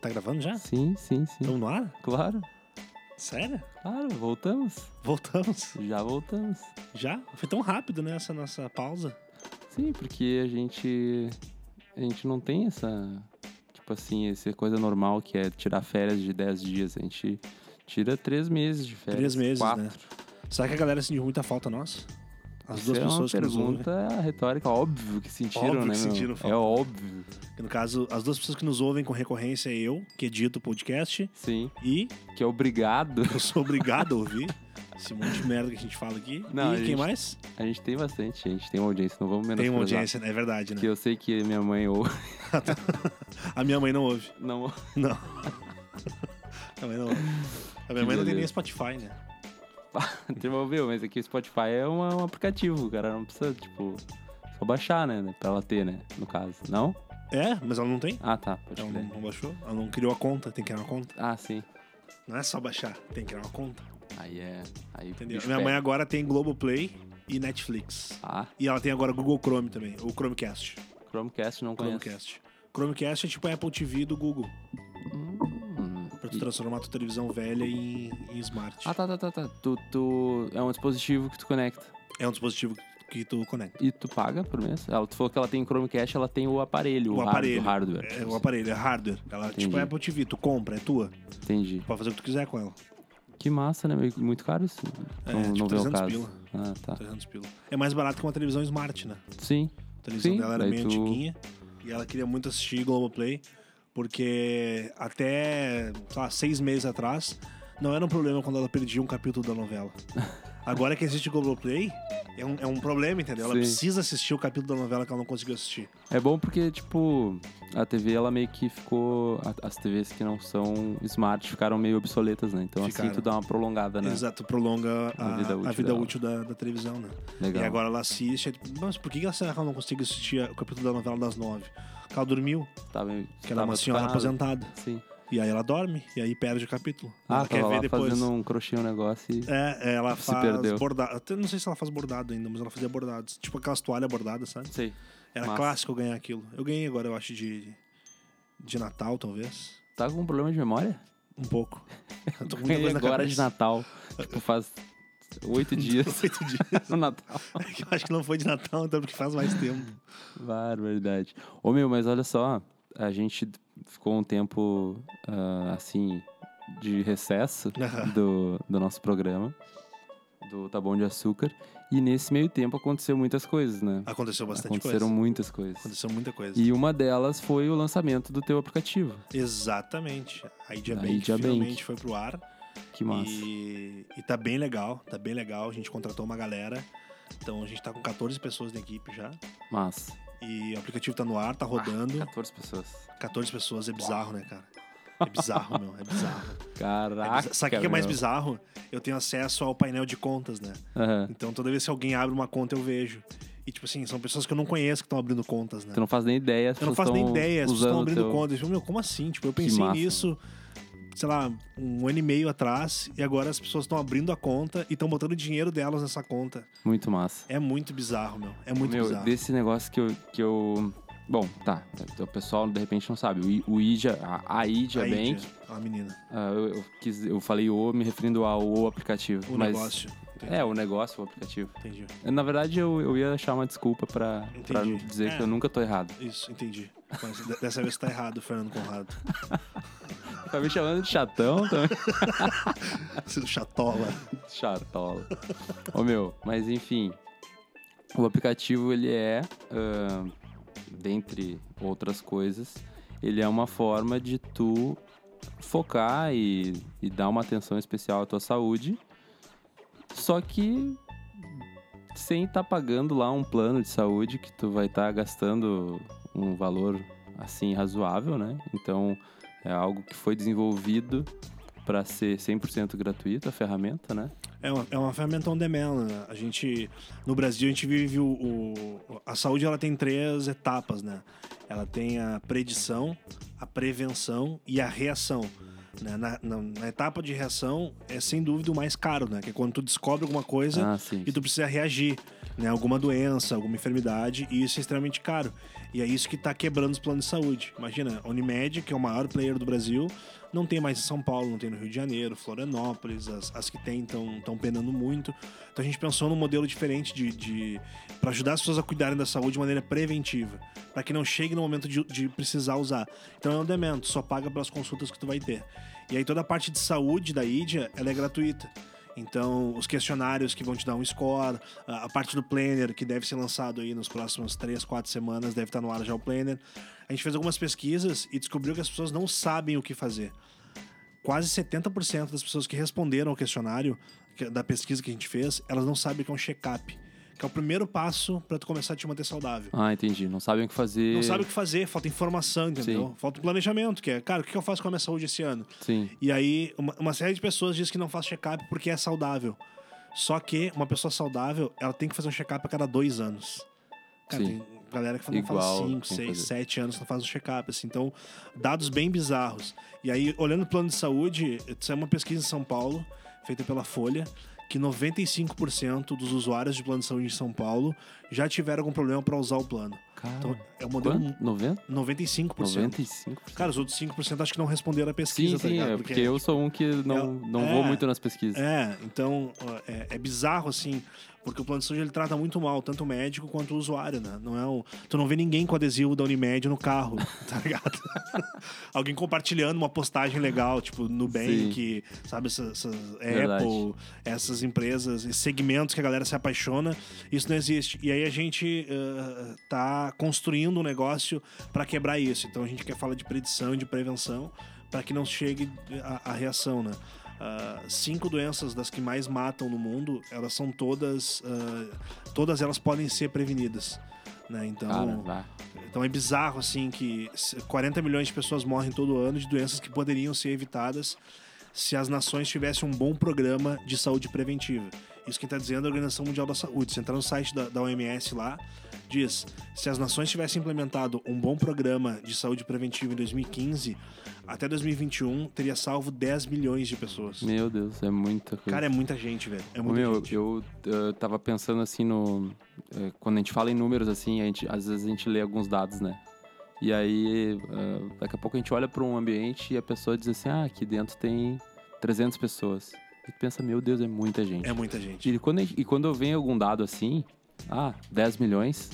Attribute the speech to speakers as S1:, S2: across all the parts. S1: Tá gravando já?
S2: Sim, sim, sim.
S1: Estamos no ar?
S2: Claro,
S1: Sério?
S2: claro, voltamos.
S1: Voltamos?
S2: Já voltamos.
S1: Já? Foi tão rápido, né, essa nossa pausa?
S2: Sim, porque a gente. A gente não tem essa. Tipo assim, essa coisa normal que é tirar férias de 10 dias. A gente tira 3 meses de férias.
S1: Três meses,
S2: quatro.
S1: né? Será que a galera sentiu muita falta nossa? As
S2: Isso
S1: duas
S2: é
S1: pessoas
S2: uma
S1: que nos ouvem.
S2: pergunta retórica, óbvio que sentiram,
S1: Óbvio que
S2: né? meu?
S1: sentiram falta.
S2: É óbvio.
S1: Que, No caso, as duas pessoas que nos ouvem com recorrência é eu, que edito o podcast,
S2: Sim,
S1: e
S2: que é obrigado.
S1: eu sou obrigado a ouvir esse monte de merda que a gente fala aqui.
S2: Não,
S1: e
S2: a gente-
S1: quem mais?
S2: A gente tem bastante, a gente tem uma audiência, não vamos menos
S1: Tem uma audiência, né? é verdade, né?
S2: Que eu sei que minha mãe ou
S1: A minha mãe não ouve.
S2: não
S1: Não. a minha mãe não ouve. A minha
S2: Que
S1: mãe não tem
S2: beleza.
S1: nem Spotify, né?
S2: devolveu, mas aqui o Spotify é uma- um aplicativo, o cara não precisa, tipo, só baixar, né? Pra ela ter, né? No caso. Não?
S1: É, mas ela não tem.
S2: Ah, tá, pode
S1: Ela não,
S2: crer.
S1: não baixou? Ela não criou a conta, tem que criar uma conta.
S2: Ah, sim.
S1: Não é só baixar, tem que criar uma conta.
S2: Aí é. Aí o
S1: Entendeu?
S2: bicho
S1: Minha mãe é
S2: pega.
S1: agora tem Globoplay e Netflix.
S2: Ah,
S1: E ela tem agora Google Chrome também, ou Chromecast.
S2: Chromecast não conhece.
S1: Chromecast. Chromecast é tipo a Apple TV do Google,
S2: Hum.
S1: pra tu
S2: E-
S1: transformar tua televisão velha em, em smart.
S2: Ah, tá, tá, tá, tá. Tu, tu- É um dispositivo que tu conecta.
S1: É um dispositivo que tu conecta.
S2: E tu paga por mês? Ela, tu falou que ela tem Chromecast, ela tem o aparelho, o, hard-
S1: aparelho.
S2: o hardware.
S1: É o aparelho, é hardware. Ela é tipo
S2: Entendi.
S1: a Apple TV, tu compra, é tua.
S2: Entendi.
S1: Tu pode fazer o que tu quiser com ela.
S2: Que massa, né? Meio que Muito caro isso.
S1: É,
S2: não
S1: tipo
S2: não vê o
S1: 300
S2: caso.
S1: pila.
S2: Ah, tá.
S1: 300 pila. É mais barato que uma televisão smart, né?
S2: Sim.
S1: A televisão
S2: Sim,
S1: dela era
S2: daí
S1: meio
S2: tu-
S1: antiguinha e ela queria muito assistir Globoplay, porque até, sei lá, seis meses atrás, não era um problema quando ela perdia um capítulo da novela. Agora que existe Globoplay, é um, é um problema, entendeu? Ela
S2: Sim.
S1: precisa assistir o capítulo da novela que ela não conseguiu assistir.
S2: É bom porque, tipo, a TV, ela meio que ficou... a- As TVs que não são smart ficaram meio obsoletas, né? Então,
S1: Ficaram.
S2: assim, tu dá uma prolongada, né?
S1: Exato, ah, prolonga
S2: A
S1: a,
S2: vida útil
S1: a vida
S2: dela.
S1: útil da, da televisão, né?
S2: Legal.
S1: E agora ela assiste, é tipo, mas por que ela será que ela não consegue assistir o capítulo da novela das nove? Porque ela dormiu,
S2: Tá meio-
S1: que ela é
S2: tava
S1: uma senhora
S2: ocupada.
S1: aposentada.
S2: Sim.
S1: E aí ela dorme, e aí perde o capítulo.
S2: Ah,
S1: ela
S2: tava lá fazendo um crochê, um negócio e...
S1: É, ela
S2: Se
S1: faz
S2: perdeu.
S1: bordado. Até não sei se ela faz bordado ainda, mas ela fazia bordados. Tipo aquelas toalhas bordadas, sabe?
S2: Sei.
S1: Era
S2: Massa.
S1: clássico eu ganhar aquilo. Eu ganhei agora, eu acho, de, de Natal, talvez.
S2: Tá com um problema de memória?
S1: Um pouco. Eu tô com muita
S2: Ganhei
S1: coisa na
S2: agora de
S1: cabeça.
S2: Natal. tipo, faz oito dias
S1: Oito dias.
S2: no Natal.
S1: Eu acho que não foi de Natal, então, porque faz mais tempo.
S2: Barbaridade. Ô meu, mas olha só, a gente ficou um tempo ah, assim de recesso
S1: Aham.
S2: do, do nosso programa, do Tá Bom de Açúcar, e nesse meio tempo aconteceu muitas coisas, né?
S1: Aconteceu Ah, bastante
S2: Aconteceram
S1: coisa.
S2: muitas coisas.
S1: Aconteceu muita coisa.
S2: E uma delas foi o lançamento do teu aplicativo.
S1: Exatamente. A Idia
S2: A
S1: Bank
S2: Idia Bank.
S1: finalmente foi pro ar.
S2: Que massa.
S1: E, e tá bem legal, tá bem legal. A gente contratou uma galera. Então a gente tá com 14 pessoas na equipe já.
S2: Massa.
S1: E o aplicativo tá no ar,
S2: Ah,
S1: tá rodando.
S2: 14 pessoas.
S1: 14 pessoas é bizarro, né, cara? É bizarro, meu. É bizarro. É
S2: Caraca.
S1: bizarro. Sabe o que é mais
S2: meu.
S1: bizarro? Eu tenho acesso ao painel de contas, né?
S2: Aham.
S1: Então toda vez que alguém abre uma conta, eu vejo. E, tipo assim, são pessoas que eu não conheço que estão abrindo contas, né?
S2: Tu não faz nem ideia. Então, as
S1: Eu não
S2: pessoas
S1: faço nem
S2: tão
S1: ideia, as pessoas
S2: usando
S1: estão
S2: o
S1: abrindo
S2: teu-
S1: contas. Eu digo, meu, como assim? Tipo, eu pensei
S2: massa,
S1: nisso, sei lá, um ano e meio atrás, e agora as pessoas estão abrindo a conta e estão botando dinheiro delas nessa conta.
S2: Muito massa.
S1: É muito bizarro, meu. É muito
S2: Meu,
S1: bizarro.
S2: desse negócio que eu, que eu. Bom, tá. O pessoal de repente não sabe. O I- O IDIA, a, a IDIA
S1: A
S2: Bank,
S1: Índia, a menina,
S2: ah, eu, eu quis- eu falei o me referindo ao o aplicativo.
S1: o
S2: mas,
S1: negócio. Entendi.
S2: É, o negócio, o aplicativo. É,
S1: Entendi.
S2: Na verdade, eu, eu ia achar uma desculpa pra, pra
S1: Entendi.
S2: dizer
S1: É.
S2: que eu nunca tô errado.
S1: Isso, entendi. Mas de- dessa vez tá errado, Fernando Conrado.
S2: Tá me chamando de chatão também.
S1: Sendo chatola.
S2: Chatola. Ô meu, mas enfim. O aplicativo ele é, ah, dentre outras coisas, ele é uma forma de tu focar e, e dar uma atenção especial à tua saúde, só que sem estar pagando lá um plano de saúde que tu vai estar gastando um valor assim razoável, né? Então é algo que foi desenvolvido para ser 100% gratuito a ferramenta, né?
S1: É uma, é uma ferramenta on demand, né? A gente, no Brasil, a gente vive o, o- A saúde, ela tem três etapas, né? Ela tem a predição, a prevenção e a reação. né? Na, na- na etapa de reação, é sem dúvida o mais caro, né? Que é quando tu descobre alguma coisa
S2: Ah, sim.
S1: e tu precisa reagir. né, alguma doença, alguma enfermidade, e isso é extremamente caro. E é isso que está quebrando os planos de saúde. Imagina, a Unimed, que é o maior player do Brasil, não tem mais em São Paulo, não tem no Rio de Janeiro, Florianópolis, as, as que tem estão penando muito. Então a gente pensou num modelo diferente de, de para ajudar as pessoas a cuidarem da saúde de maneira preventiva, para que não chegue no momento de, de precisar usar. Então é um demento, só paga pelas consultas que tu vai ter. E aí toda a parte de saúde da IDIA, ela é gratuita. Então, os questionários que vão te dar um score, a a parte do planner que deve ser lançado aí nos próximos 3, 4 semanas, deve estar no ar já o planner. A gente fez algumas pesquisas e descobriu que as pessoas não sabem o que fazer. Quase 70% das pessoas que responderam ao questionário que- da pesquisa que a gente fez, elas não sabem o que é um check-up, que é o primeiro passo para tu começar a te manter saudável.
S2: Ah, entendi. Não sabem o que fazer.
S1: Não sabe o que fazer, falta informação, entendeu? Falta planejamento, que é, cara, o que eu faço com a minha saúde esse ano?
S2: Sim.
S1: E aí, uma, uma série de pessoas diz que não faz check-up porque é saudável. Só que uma pessoa saudável, ela tem que fazer um check-up a cada dois anos. Cara,
S2: Sim.
S1: tem galera que fala, não faz
S2: Igual,
S1: cinco,
S2: tem que
S1: seis,
S2: fazer.
S1: sete anos que não faz um check-up. assim. Então, dados bem bizarros. E aí, olhando o plano de saúde, isso é uma pesquisa em São Paulo, feita pela Folha, que 95% dos usuários de plano de saúde em São Paulo já tiveram algum problema para usar o plano.
S2: Cara,
S1: Então, é um modelo
S2: quanto? 90?
S1: 95%.
S2: 95?
S1: Cara, os outros 5% acho que não responderam a pesquisa,
S2: Sim,
S1: tá
S2: sim,
S1: ligado?
S2: é porque eu sou um que não,
S1: Eu-
S2: não
S1: é.
S2: vou muito nas pesquisas.
S1: É, então ó, é, é bizarro assim, porque o plano de saúde ele trata muito mal tanto o médico quanto o usuário, né? Não é um, tu não vê ninguém com adesivo da Unimed no carro, tá ligado? Alguém compartilhando uma postagem legal, tipo Nubank, sabe essas, essas
S2: Verdade.
S1: Apple, essas empresas, esses segmentos que a galera se apaixona, isso não existe. E aí a gente eh, tá construindo um negócio para quebrar isso. Então a gente quer falar de predição e de prevenção para que não chegue a, a reação, né? Ah, cinco doenças das que mais matam no mundo, elas são todas, ah, todas elas podem ser prevenidas, né? Então,
S2: Cara, vá.
S1: então é bizarro, assim, que se- 40 milhões de pessoas morrem todo ano de doenças que poderiam ser evitadas se as nações tivessem um bom programa de saúde preventiva. Isso quem está dizendo é a Organização Mundial da Saúde. Se entrar no site da, da OMS lá, diz: se as nações tivessem implementado um bom programa de saúde preventiva em 2015, até 2021 teria salvo 10 milhões de pessoas.
S2: Meu Deus, é muita coisa.
S1: Cara, é muita gente, velho. É muita
S2: Meu,
S1: gente.
S2: eu eh, tava pensando assim no. eh, Quando a gente fala em números, assim, a gente, às vezes a gente lê alguns dados, né? E aí, eh, daqui a pouco a gente olha para um ambiente e a pessoa diz assim: ah, aqui dentro tem 300 pessoas. E tu pensa, meu Deus, é muita gente.
S1: É muita gente.
S2: E quando, a gente- e quando vem algum dado assim, ah, 10 milhões,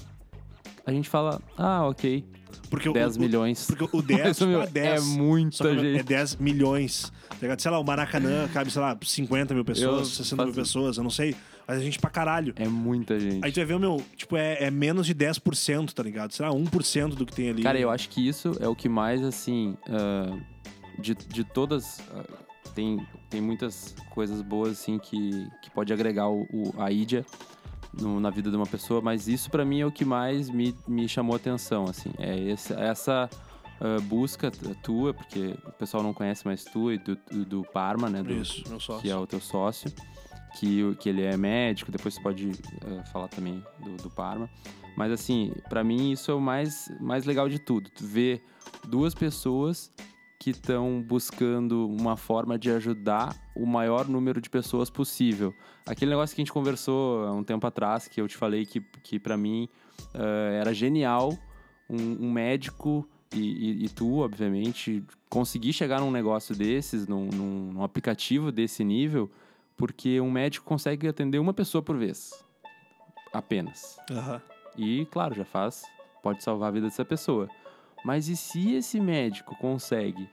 S2: a gente fala, ah, ok,
S1: Porque o-
S2: 10
S1: o,
S2: milhões.
S1: Porque o
S2: Mas,
S1: 10,
S2: meu,
S1: tipo, é 10.
S2: é muita
S1: Só que
S2: gente.
S1: é 10 milhões. tá ligado? Sei lá, o Maracanã cabe, sei lá, 50 mil
S2: Eu
S1: pessoas, 60 mil
S2: faço-
S1: pessoas, eu não sei. Mas a gente pra caralho.
S2: É muita gente.
S1: Aí tu vai ver, meu, tipo, é, é menos de 10%, tá ligado? Sei lá, 1% do que tem ali.
S2: Cara, eu acho que isso é o que mais, assim, ah, de, de todas. ah, tem, tem muitas coisas boas, assim, que, que pode agregar o, o- a ídia no- na vida de uma pessoa, mas isso pra mim é o que mais me, me chamou a atenção, assim. É esse- essa ah, busca t- tua, porque o pessoal não conhece mais tua e do, do, do Parma, né? Do,
S1: Isso, meu
S2: que é
S1: sócio.
S2: o teu sócio, que, o- que ele é médico, depois você pode eh, falar também do, do Parma. Mas assim, pra mim isso é o mais, mais legal de tudo. Tu vê duas pessoas que estão buscando uma forma de ajudar o maior número de pessoas possível. Aquele negócio que a gente conversou há um tempo atrás, que eu te falei que, que para mim eh, era genial um, um médico e, e- e tu, obviamente, conseguir chegar num negócio desses, num, num- num aplicativo desse nível, porque um médico consegue atender uma pessoa por vez. Apenas.
S1: Aham.
S2: E, claro, já faz, pode salvar a vida dessa pessoa. Mas e se esse médico consegue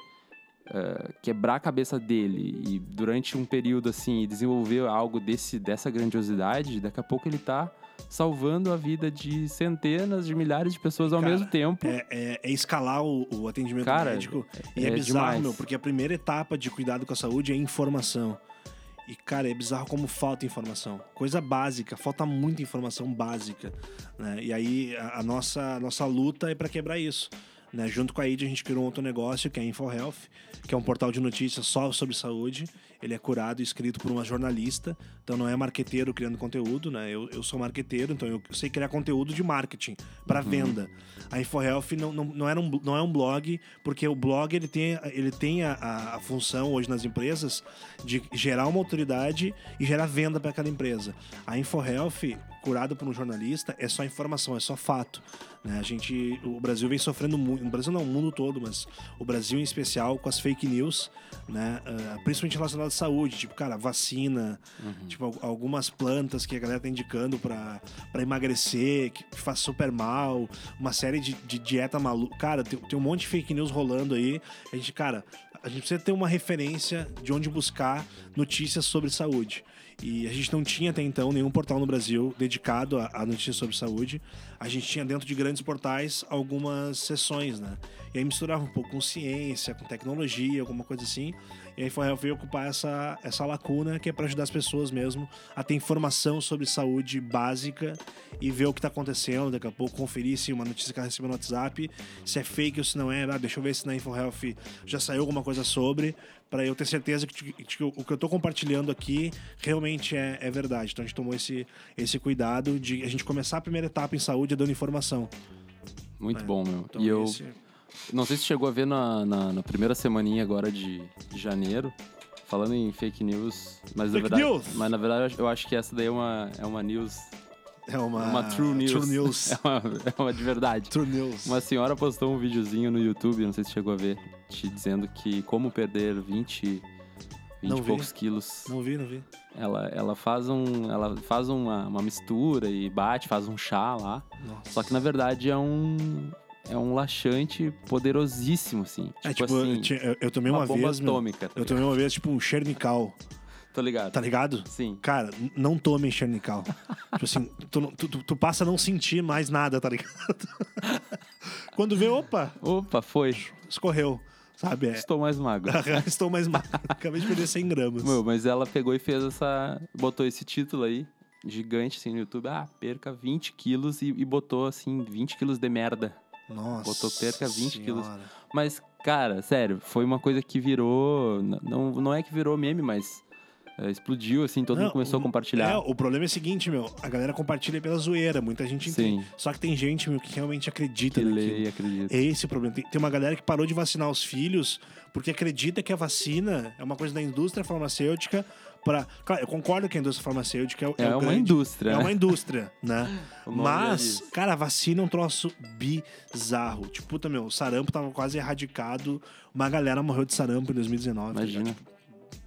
S2: eh, quebrar a cabeça dele e durante um período assim e desenvolver algo desse, dessa grandiosidade, daqui a pouco ele tá salvando a vida de centenas de milhares de pessoas ao
S1: Cara,
S2: mesmo tempo.
S1: É, é- é escalar o, o atendimento
S2: Cara,
S1: médico. E é,
S2: é
S1: bizarro,
S2: demais.
S1: meu, porque a primeira etapa de cuidado com a saúde é informação. E, cara, é bizarro como falta informação. Coisa básica, falta muita informação básica. né? E aí a, a nossa, a nossa luta é para quebrar isso. né? Junto com a ID, a gente criou um outro negócio que é a InfoHealth, que é um portal de notícias só sobre saúde. Ele é curado e escrito por uma jornalista, então não é marqueteiro criando conteúdo. Né? Eu, eu sou marqueteiro, então eu sei criar conteúdo de marketing para venda. A InfoHealth não, não, não, era um, bl- não é um blog, porque o blog ele tem, ele tem a, a- a função hoje nas empresas de gerar uma autoridade e gerar venda para aquela empresa. A InfoHealth curado por um jornalista é só informação, é só fato. Né? A gente, o Brasil vem sofrendo muito, o Brasil não, o mundo todo, mas o Brasil em especial com as fake news, né? Ah, principalmente relacionadas à saúde, tipo, cara, vacina, tipo, al- algumas plantas que a galera tá indicando pra pra emagrecer, que faz super mal, uma série de, de dieta maluca. Cara, tem, tem um monte de fake news rolando aí. A gente, cara, a gente precisa ter uma referência de onde buscar notícias sobre saúde. E a gente não tinha até então nenhum portal no Brasil dedicado a, a notícias sobre saúde. A gente tinha dentro de grandes portais algumas sessões, né? E aí misturava um pouco com ciência, com tecnologia, alguma coisa assim. E aí foi eu fui ocupar essa, essa lacuna que é para ajudar as pessoas mesmo a ter informação sobre saúde básica e ver o que tá acontecendo. Daqui a pouco conferir se uma notícia que ela recebeu no WhatsApp, se é fake ou se não é. Ah, deixa eu ver se na InfoHealth já saiu alguma coisa sobre, para eu ter certeza que, que- que o que eu tô compartilhando aqui realmente é, é verdade. Então a gente tomou esse, esse cuidado de a gente começar a primeira etapa em saúde é dando informação.
S2: Muito
S1: É,
S2: bom, meu.
S1: Então,
S2: e eu
S1: esse-
S2: não sei se chegou a ver na, na, na primeira semaninha agora de, de janeiro, falando em fake news, mas na
S1: Fake
S2: verdade,
S1: news!
S2: mas na verdade eu acho que essa daí é uma é uma news,
S1: é uma,
S2: uma true news,
S1: True news.
S2: é, uma, é uma de verdade.
S1: True news.
S2: Uma senhora postou um videozinho no YouTube, não sei se chegou a ver, te dizendo que como perder 20, 20
S1: Não
S2: e
S1: vi.
S2: poucos quilos.
S1: Não vi, não vi.
S2: Ela, ela faz, um, ela faz uma, uma mistura e bate, faz um chá lá.
S1: Nossa.
S2: Só que na verdade é um, é um laxante poderosíssimo, assim. Tipo,
S1: É, tipo,
S2: assim,
S1: eu, tinha- eu- eu tomei
S2: uma
S1: uma,
S2: bomba
S1: vez, meu,
S2: atômica. tá
S1: eu tomei uma vez, tipo, um Chernical,
S2: ligado? Tô ligado.
S1: tá ligado?
S2: Sim.
S1: Cara, n- não tome Chernical. tipo assim, tu, não- tu- tu- tu passa a não sentir mais nada, tá ligado? Quando vê, opa,
S2: Opa, foi.
S1: escorreu, sabe? É,
S2: Estou mais magro.
S1: estou mais magro, acabei de perder 100 gramas.
S2: Meu, mas ela pegou e fez essa. botou esse título aí, gigante assim no YouTube. Ah, perca 20 quilos e, e botou assim, 20 quilos de merda.
S1: Nossa
S2: botou perca 20 quilos.
S1: senhora.
S2: Mas, cara, sério, foi uma coisa que virou. n- Não, não é que virou meme, mas é, explodiu, assim, todo
S1: Não,
S2: mundo começou
S1: o-
S2: a compartilhar.
S1: É, o problema é o seguinte, meu, a galera compartilha pela zoeira, muita gente
S2: Sim.
S1: entende. Só que tem gente, meu, que realmente acredita
S2: que
S1: naquilo.
S2: lei, acredito.
S1: É esse o problema. Tem, tem uma galera que parou de vacinar os filhos porque acredita que a vacina é uma coisa da indústria farmacêutica para. Claro, eu concordo que a indústria farmacêutica é, o-
S2: É,
S1: é o
S2: uma
S1: grande-
S2: indústria.
S1: É
S2: né?
S1: uma indústria, né?
S2: O nome é já
S1: Mas,
S2: diz.
S1: cara, a vacina é um troço bizarro. Tipo, puta, meu, o sarampo tava quase erradicado. Uma galera morreu de sarampo em 2019. tá ligado?
S2: Imagina.
S1: Tipo,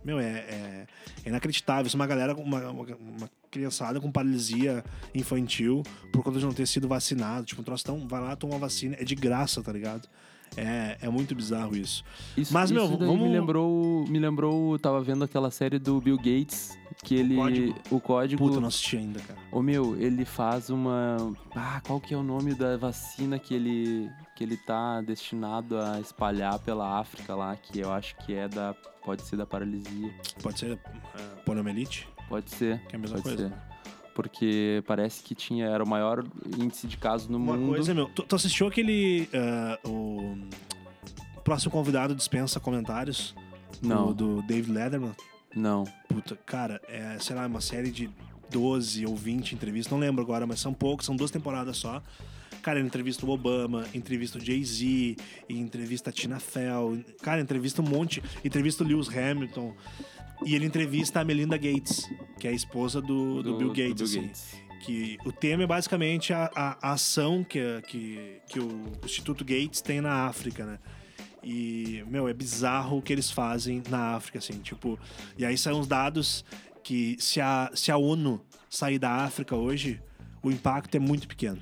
S1: meu, é, é- é inacreditável. Isso é uma galera, com uma, uma, uma criançada com paralisia infantil por conta de não ter sido vacinado. Tipo, um troço tão. Vai lá, toma uma vacina. É de graça, tá ligado? É, é muito bizarro isso.
S2: Isso,
S1: Mas,
S2: isso
S1: meu,
S2: daí
S1: vamos-
S2: me lembrou. Me lembrou. Tava vendo aquela série do Bill Gates, que ele.
S1: Código.
S2: O código.
S1: Puta, eu não assisti ainda, cara.
S2: Ô meu, ele faz uma. Ah, qual que é o nome da vacina que ele. que ele tá destinado a espalhar pela África lá, que eu acho que é da. Pode ser da paralisia.
S1: Pode ser uh, poliomielite,
S2: Pode ser.
S1: que é a mesma
S2: Pode
S1: coisa.
S2: ser.
S1: né?
S2: Porque parece que tinha, era o maior índice de casos no
S1: Uma
S2: mundo.
S1: coisa, meu. Tu, tu assistiu aquele. ah, o o próximo convidado dispensa comentários?
S2: Não,
S1: Do, do David Letterman?
S2: não.
S1: Puta, cara, é, sei lá, uma série de 12 ou 20 entrevistas, não lembro agora, mas são poucos, são duas temporadas só. Cara, ele entrevista o Obama, entrevista o Jay-Z, e entrevista a Tina Fey, cara, entrevista um monte, entrevista o Lewis Hamilton. E ele entrevista a Melinda Gates, que é a esposa do, do Bill Gates, assim
S2: Gates.
S1: que o tema é basicamente a, a- a ação que, a- que, que o Instituto Gates tem na África, né? E, meu, é bizarro o que eles fazem na África, assim, tipo... E aí saem uns dados que se a, se a ONU sair da África hoje, o impacto é muito pequeno.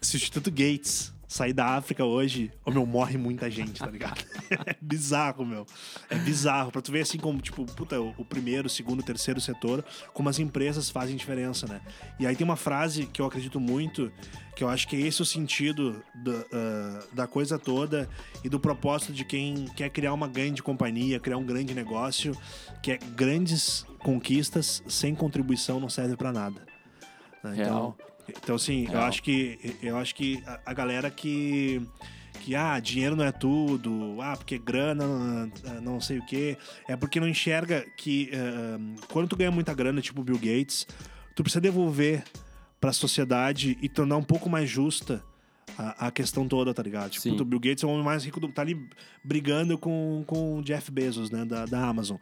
S1: Se o Instituto Gates sair da África hoje, ô meu, morre muita gente, tá ligado? é bizarro, meu. É bizarro. Pra tu ver assim como, tipo, puta, o o primeiro, o segundo, o terceiro setor, como as empresas fazem diferença, né? E aí tem uma frase que eu acredito muito, que eu acho que é esse o sentido da, ah, da coisa toda e do propósito de quem quer criar uma grande companhia, criar um grande negócio, que é grandes conquistas sem contribuição não serve pra nada. né? Então,
S2: Real.
S1: então assim, eu
S2: Real.
S1: acho que eu acho que a- a galera que que ah, dinheiro não é tudo, ah, porque grana ah, não sei o quê, é porque não enxerga que ah, quando tu ganha muita grana, tipo o Bill Gates, tu precisa devolver pra sociedade e tornar um pouco mais justa a, a questão toda, tá ligado? Tipo,
S2: Sim.
S1: puta, o Bill Gates é o homem mais rico do. tá ali brigando com, com o Jeff Bezos, né, da, da Amazon.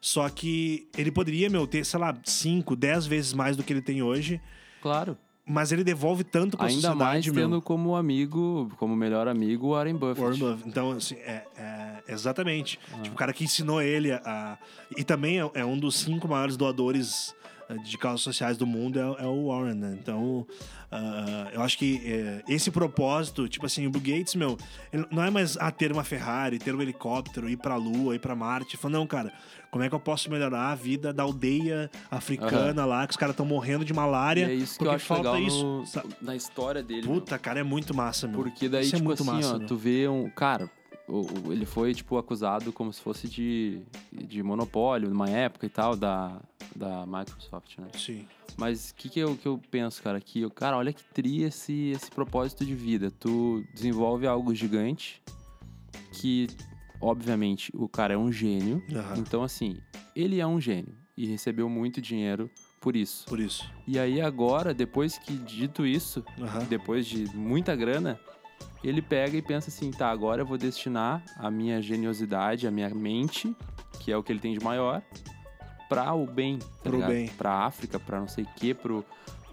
S1: Só que ele poderia, meu, ter, sei lá, 5, 10 vezes mais do que ele tem hoje,
S2: Claro.
S1: mas ele devolve tanto pra
S2: Ainda mais
S1: sociedade,
S2: tendo
S1: meu.
S2: como amigo, como melhor amigo, o Warren Buffett. Ah.
S1: Warren Buffett. Então, assim, é, é- exatamente. Tipo, o cara que ensinou ele a. a- E também é, é um dos cinco maiores doadores eh, de causas sociais do mundo, é, é o Warren, né? Então, ah, eu acho que eh, esse propósito, tipo assim, o Bill Gates, meu, ele não é mais ah, ter uma Ferrari, ter um helicóptero, ir pra Lua, ir pra Marte. Fala, não, cara, como é que eu posso melhorar a vida da aldeia africana lá, que os caras estão morrendo de
S2: E
S1: malária?
S2: é isso que
S1: porque
S2: eu acho
S1: falta
S2: legal
S1: isso.
S2: no-
S1: sa-
S2: na história dele. meu.
S1: Puta, cara, é muito massa, meu.
S2: Porque daí,
S1: isso é
S2: tipo
S1: muito
S2: assim,
S1: massa,
S2: ó,
S1: meu.
S2: tu vê um. Cara, o- o- ele foi, tipo, acusado como se fosse de, de monopólio numa época e tal, da, da Microsoft, né?
S1: Sim.
S2: Mas o que, que, eu, que eu penso, cara? Que, eu- cara, olha que tri esse, esse propósito de vida. Tu desenvolve algo gigante que, obviamente, o cara é um gênio.
S1: Aham.
S2: Então, assim, ele é um gênio e recebeu muito dinheiro por isso.
S1: Por isso.
S2: E aí, agora, depois que dito isso,
S1: Aham.
S2: depois de muita grana, ele pega e pensa assim: tá, agora eu vou destinar a minha geniosidade, a minha mente, que é o que ele tem de maior, pra o bem. Tá
S1: Pro
S2: ligado?
S1: bem.
S2: Pra África, pra não sei o quê, pro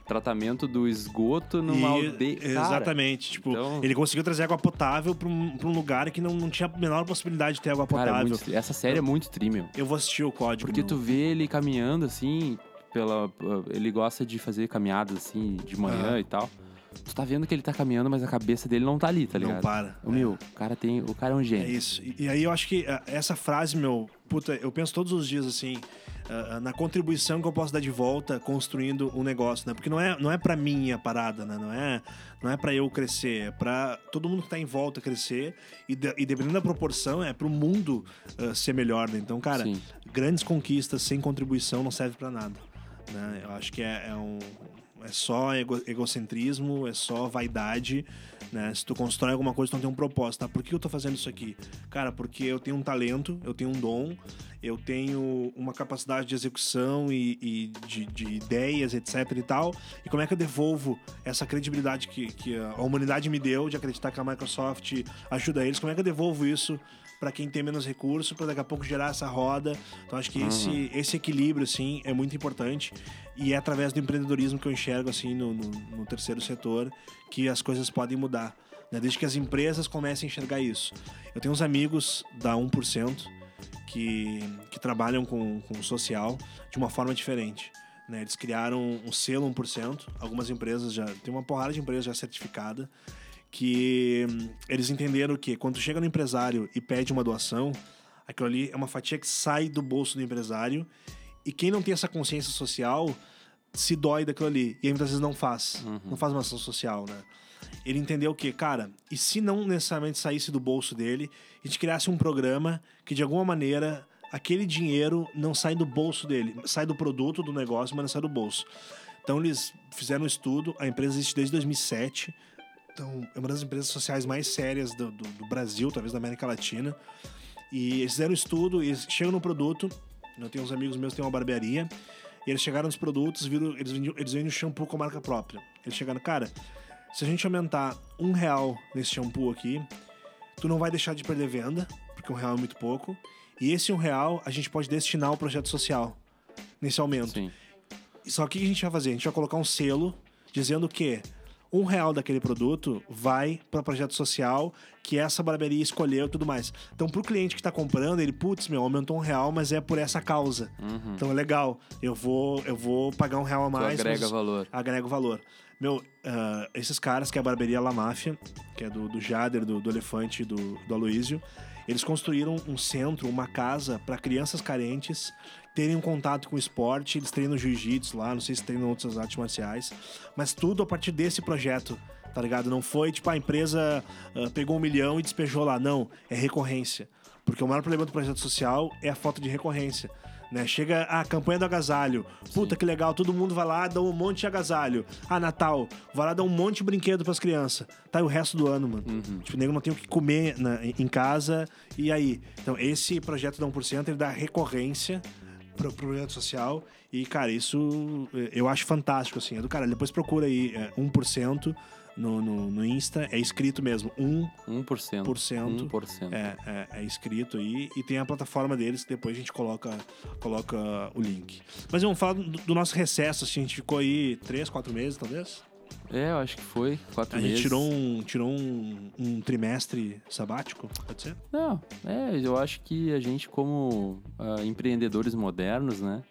S2: tratamento do esgoto numa
S1: E-
S2: aldeia. Cara,
S1: Exatamente. tipo,
S2: então-
S1: ele conseguiu trazer água potável pra um, pra um lugar que não, não tinha a menor possibilidade de ter água
S2: Cara, é
S1: potável.
S2: muito tri- essa série é muito tri, meu.
S1: Eu vou assistir o código.
S2: Porque
S1: meu.
S2: tu vê ele caminhando assim, pela. eh, Ele gosta de fazer caminhadas assim, de manhã
S1: Aham.
S2: e tal. Tu tá vendo que ele tá caminhando, mas a cabeça dele não tá ali, tá
S1: não
S2: ligado?
S1: para.
S2: O meu, o cara tem. O cara é um
S1: É
S2: gênio.
S1: isso. E, e aí eu acho que ah, essa frase, meu, puta, eu penso todos os dias assim. ah, ah, na contribuição que eu posso dar de volta construindo um negócio, né? Porque não é, não é para mim a parada, né? Não é, não é para eu crescer, é para todo mundo que tá em volta crescer e, de- e dependendo da proporção é pro mundo ah, ser melhor, né? Então, cara,
S2: Sim.
S1: grandes conquistas sem contribuição não serve pra nada. né? Eu acho que é, é um é só ego- egocentrismo, é só vaidade, né? Se tu constrói alguma coisa, tu não tem um propósito, tá? Por que eu tô fazendo isso aqui? Cara, porque eu tenho um talento, eu tenho um dom, eu tenho uma capacidade de execução e, e de, de ideias, etc e tal. E como é que eu devolvo essa credibilidade que, que a humanidade me deu de acreditar que a Microsoft ajuda eles? Como é que eu devolvo isso para quem tem menos recurso, para daqui a pouco gerar essa roda. Então acho que esse, esse equilíbrio assim é muito importante e é através do empreendedorismo que eu enxergo assim no, no- no terceiro setor que as coisas podem mudar, né? desde que as empresas comecem a enxergar isso. Eu tenho uns amigos da 1% que, que trabalham com, com social de uma forma diferente. né? Eles criaram um selo 1%, algumas empresas já. Tem uma porrada de empresa já certificada que hum, eles entenderam que quando chega no empresário e pede uma doação, aquilo ali é uma fatia que sai do bolso do empresário e quem não tem essa consciência social se dói daquilo ali e aí muitas vezes não faz, não faz uma ação social, né? Ele entendeu que, cara, e se não necessariamente saísse do bolso dele, a gente criasse um programa que de alguma maneira aquele dinheiro não sai do bolso dele, sai do produto, do negócio, mas não sai do bolso. Então eles fizeram um estudo, a empresa existe desde 2007, então, é uma das empresas sociais mais sérias do, do- do Brasil, talvez da América Latina. E eles fizeram um estudo, eles chegam no produto. Eu tenho uns amigos meus que têm uma barbearia. E eles chegaram nos produtos, viram, eles, vendiam, eles vendem shampoo com a marca própria. Eles chegaram, cara, se a gente aumentar um real nesse shampoo aqui, tu não vai deixar de perder venda, porque um real é muito pouco. E esse um real a gente pode destinar ao projeto social, nesse aumento.
S2: Sim.
S1: Só que o que a gente vai fazer? A gente vai colocar um selo dizendo que um real daquele produto vai para projeto social que essa barbearia escolheu e tudo mais. Então, pro cliente que tá comprando, ele, putz, meu, aumentou um real, mas é por essa causa.
S2: Uhum.
S1: Então é legal, eu vou, eu vou pagar um real a
S2: Tu
S1: mais.
S2: agrega
S1: mas-
S2: valor.
S1: agrega o valor. Meu, ah, esses caras, que é a barbearia La Máfia, que é do, do Jader, do, do Elefante e do, do Aloísio, eles construíram um centro, uma casa para crianças carentes terem um contato com o esporte. Eles treinam jiu-jitsu lá, não sei se treinam outras artes marciais, mas tudo a partir desse projeto, tá ligado? Não foi tipo a empresa ah, pegou um milhão e despejou lá, não, é recorrência. Porque o maior problema do projeto social é a falta de recorrência. Né? Chega a campanha do agasalho. Puta que legal, todo mundo vai lá, dá um monte de agasalho. Ah, Natal, vai lá dar um monte de brinquedo pras crianças. Tá, e o resto do ano, mano. Tipo, o nego não tem o que comer né, um na- em casa. E aí? Então, esse projeto da 1%, ele dá recorrência pro projeto social. E, cara, isso eh, eu acho fantástico, assim. É do cara, depois procura aí é, 1% no, no, no Insta, é escrito mesmo, 1%.
S2: 1%.
S1: 1%.
S2: 1%.
S1: É, é, é escrito aí e tem a plataforma deles que depois a gente coloca, coloca o link. Mas vamos falar do, do nosso recesso, assim, a gente ficou aí três, quatro meses, talvez.
S2: É, eu acho que foi. Quatro
S1: A gente
S2: meses.
S1: tirou, um, tirou um, um trimestre sabático, pode ser?
S2: Não, é, eu acho que a gente, como ah, empreendedores modernos, né?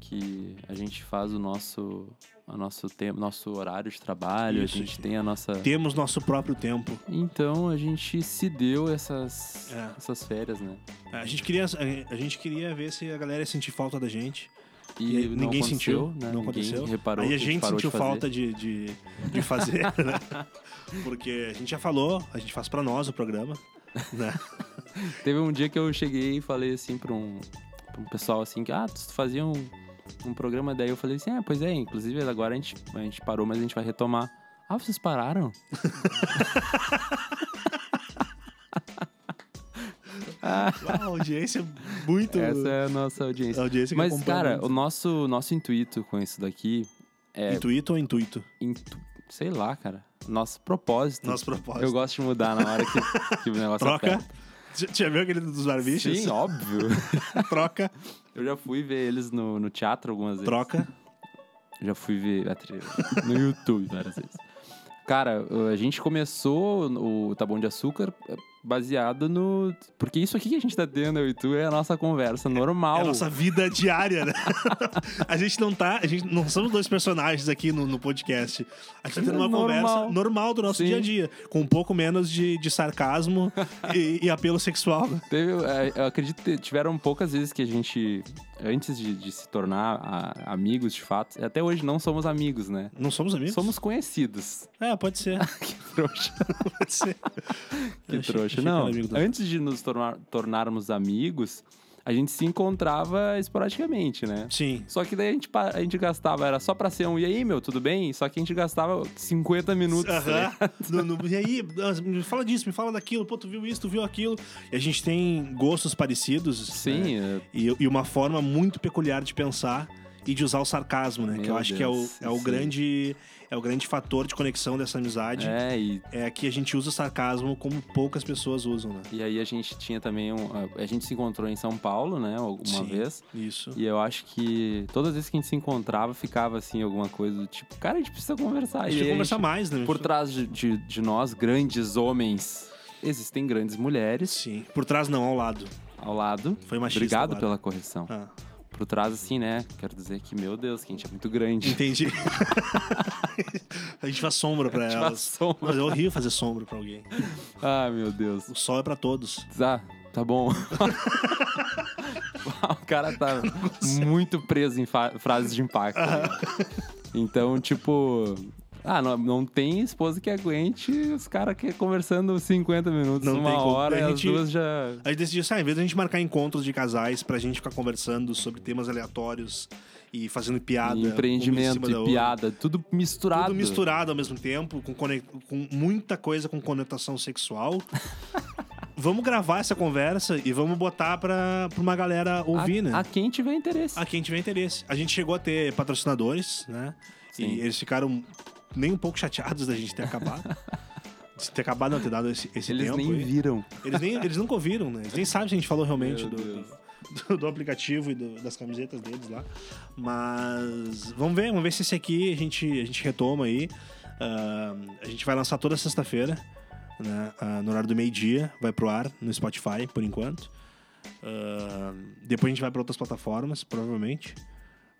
S2: Que a gente faz o nosso, o nosso, tempo, nosso horário de trabalho,
S1: Isso,
S2: a gente
S1: gente.
S2: tem a nossa.
S1: Temos nosso próprio tempo.
S2: Então a gente se deu essas,
S1: É.
S2: essas férias, né?
S1: A gente, queria, a gente queria ver se a galera ia sentir falta da gente.
S2: E,
S1: aí,
S2: não
S1: ninguém
S2: aconteceu,
S1: sentiu,
S2: né?
S1: não
S2: ninguém
S1: aconteceu.
S2: reparou.
S1: Aí a
S2: que
S1: gente
S2: parou de
S1: sentiu
S2: fazer.
S1: falta de, de, de fazer, né? Porque a gente já falou, a gente faz pra nós o programa, né?
S2: Teve um dia que eu cheguei e falei assim pra um, pra um pessoal assim, que, ah, tu fazia um, um programa, daí eu falei assim, ah, pois é, inclusive agora a gente, a gente parou, mas a gente vai retomar. Ah, vocês pararam?
S1: Uma audiência muito...
S2: Essa é a nossa audiência.
S1: audiência que
S2: Mas,
S1: acompanha
S2: cara,
S1: muito.
S2: o nosso, nosso intuito com isso daqui é.
S1: Intuito ou intuito?
S2: intu- sei lá, cara. Nosso propósito.
S1: Nosso propósito.
S2: Eu gosto de mudar na hora que, que o negócio
S1: Troca.
S2: aperta.
S1: Já- Já viu aquele dos barbichos?
S2: Sim, óbvio.
S1: Troca.
S2: Eu já fui ver eles no, no teatro algumas vezes.
S1: Troca.
S2: Já fui ver a trilha no YouTube várias vezes. Cara, a gente começou o Tá Bom de Açúcar baseado no. Porque isso aqui que a gente tá tendo, eu e tu, é a nossa conversa normal.
S1: É a nossa vida diária, né? a gente não tá. A gente não somos dois personagens aqui no, no podcast. A gente tá tendo uma
S2: Normal.
S1: conversa normal do nosso
S2: Sim.
S1: dia a dia, com um pouco menos de, de sarcasmo e, e apelo sexual.
S2: Teve, é, eu acredito que tiveram poucas vezes que a gente, antes de, de se tornar a- amigos de fato, até hoje não somos amigos, né?
S1: Não somos amigos?
S2: Somos conhecidos.
S1: É, pode ser.
S2: que trouxa.
S1: Pode ser.
S2: Que
S1: Eu achei-
S2: trouxa.
S1: achei que
S2: não, é
S1: era amigo do-
S2: antes de nos tornar- tornarmos amigos, a gente se encontrava esporadicamente, né?
S1: Sim.
S2: Só que daí a gente, pa- a gente gastava, era só pra ser um, e aí, meu, tudo bem? Só que a gente gastava 50 minutos. né?
S1: Aham. No- no- e aí, me fala disso, me fala daquilo, pô, tu viu isso, tu viu aquilo. E a gente tem gostos parecidos. né?
S2: Sim, é,
S1: e, e uma forma muito peculiar de pensar e de usar o sarcasmo, né? que eu
S2: Meu
S1: acho que é o,
S2: Deus,
S1: é, o
S2: sim.
S1: grande, é o grande fator de conexão dessa amizade. É.
S2: é, e
S1: que a gente usa o sarcasmo como poucas pessoas usam, né?
S2: E aí a gente tinha também um, a gente se encontrou em São Paulo, né, alguma
S1: Sim.
S2: vez.
S1: Isso.
S2: E eu acho que todas as vezes que a gente se encontrava, ficava assim alguma coisa do tipo, cara, a gente precisa conversar.
S1: A
S2: Ah, E
S1: gente
S2: aí a
S1: conversa
S2: gente-
S1: mais, né?
S2: por trás de, de, de nós, grandes homens, existem grandes mulheres
S1: Sim. Por trás não, ao lado.
S2: ao lado.
S1: Foi machista.
S2: Obrigado
S1: agora.
S2: pela correção.
S1: Ah,
S2: Por trás, assim, né? Quero dizer que, meu Deus, que a gente é muito grande.
S1: entendi. a gente faz sombra
S2: A
S1: pra
S2: gente faz
S1: elas.
S2: sombra.
S1: Mas é horrível fazer sombra pra alguém.
S2: Ah, meu Deus.
S1: O sol é pra todos.
S2: Ah, tá bom. o cara tá muito preso em fa- frases de impacto. né? Então, tipo. Ah, não, não tem esposa que aguente os caras que conversando 50 minutos,
S1: Não
S2: uma
S1: tem como.
S2: hora, e
S1: A
S2: as
S1: gente-
S2: duas já.
S1: A gente decidiu, sabe, em vez de a gente marcar encontros de casais pra gente ficar conversando sobre temas aleatórios e fazendo piada.
S2: E Um empreendimento
S1: uma em cima da
S2: e
S1: outra,
S2: piada, tudo misturado.
S1: Tudo misturado ao mesmo tempo, com, cone- com muita coisa com conotação sexual. vamos gravar essa conversa e vamos botar pra, pra uma galera
S2: A-
S1: ouvir, né?
S2: a, quem tiver interesse.
S1: A quem tiver interesse. A gente chegou a ter patrocinadores, né?
S2: Sim.
S1: E eles ficaram nem um pouco chateados da gente ter acabado. De ter acabado, não, ter dado esse, esse
S2: Eles
S1: tempo.
S2: nem
S1: aí.
S2: viram.
S1: Eles, nem, eles nunca ouviram, né? Eles nem sabem se a gente falou realmente
S2: Meu
S1: do,
S2: Deus.
S1: do, do aplicativo e do- das camisetas deles lá. Mas vamos ver, vamos ver se esse aqui a gente, a gente retoma aí. Ah, a gente vai lançar toda sexta-feira, né? Ah, no horário do meio-dia, vai pro ar no Spotify, por enquanto. Ah, depois a gente vai para outras plataformas, provavelmente.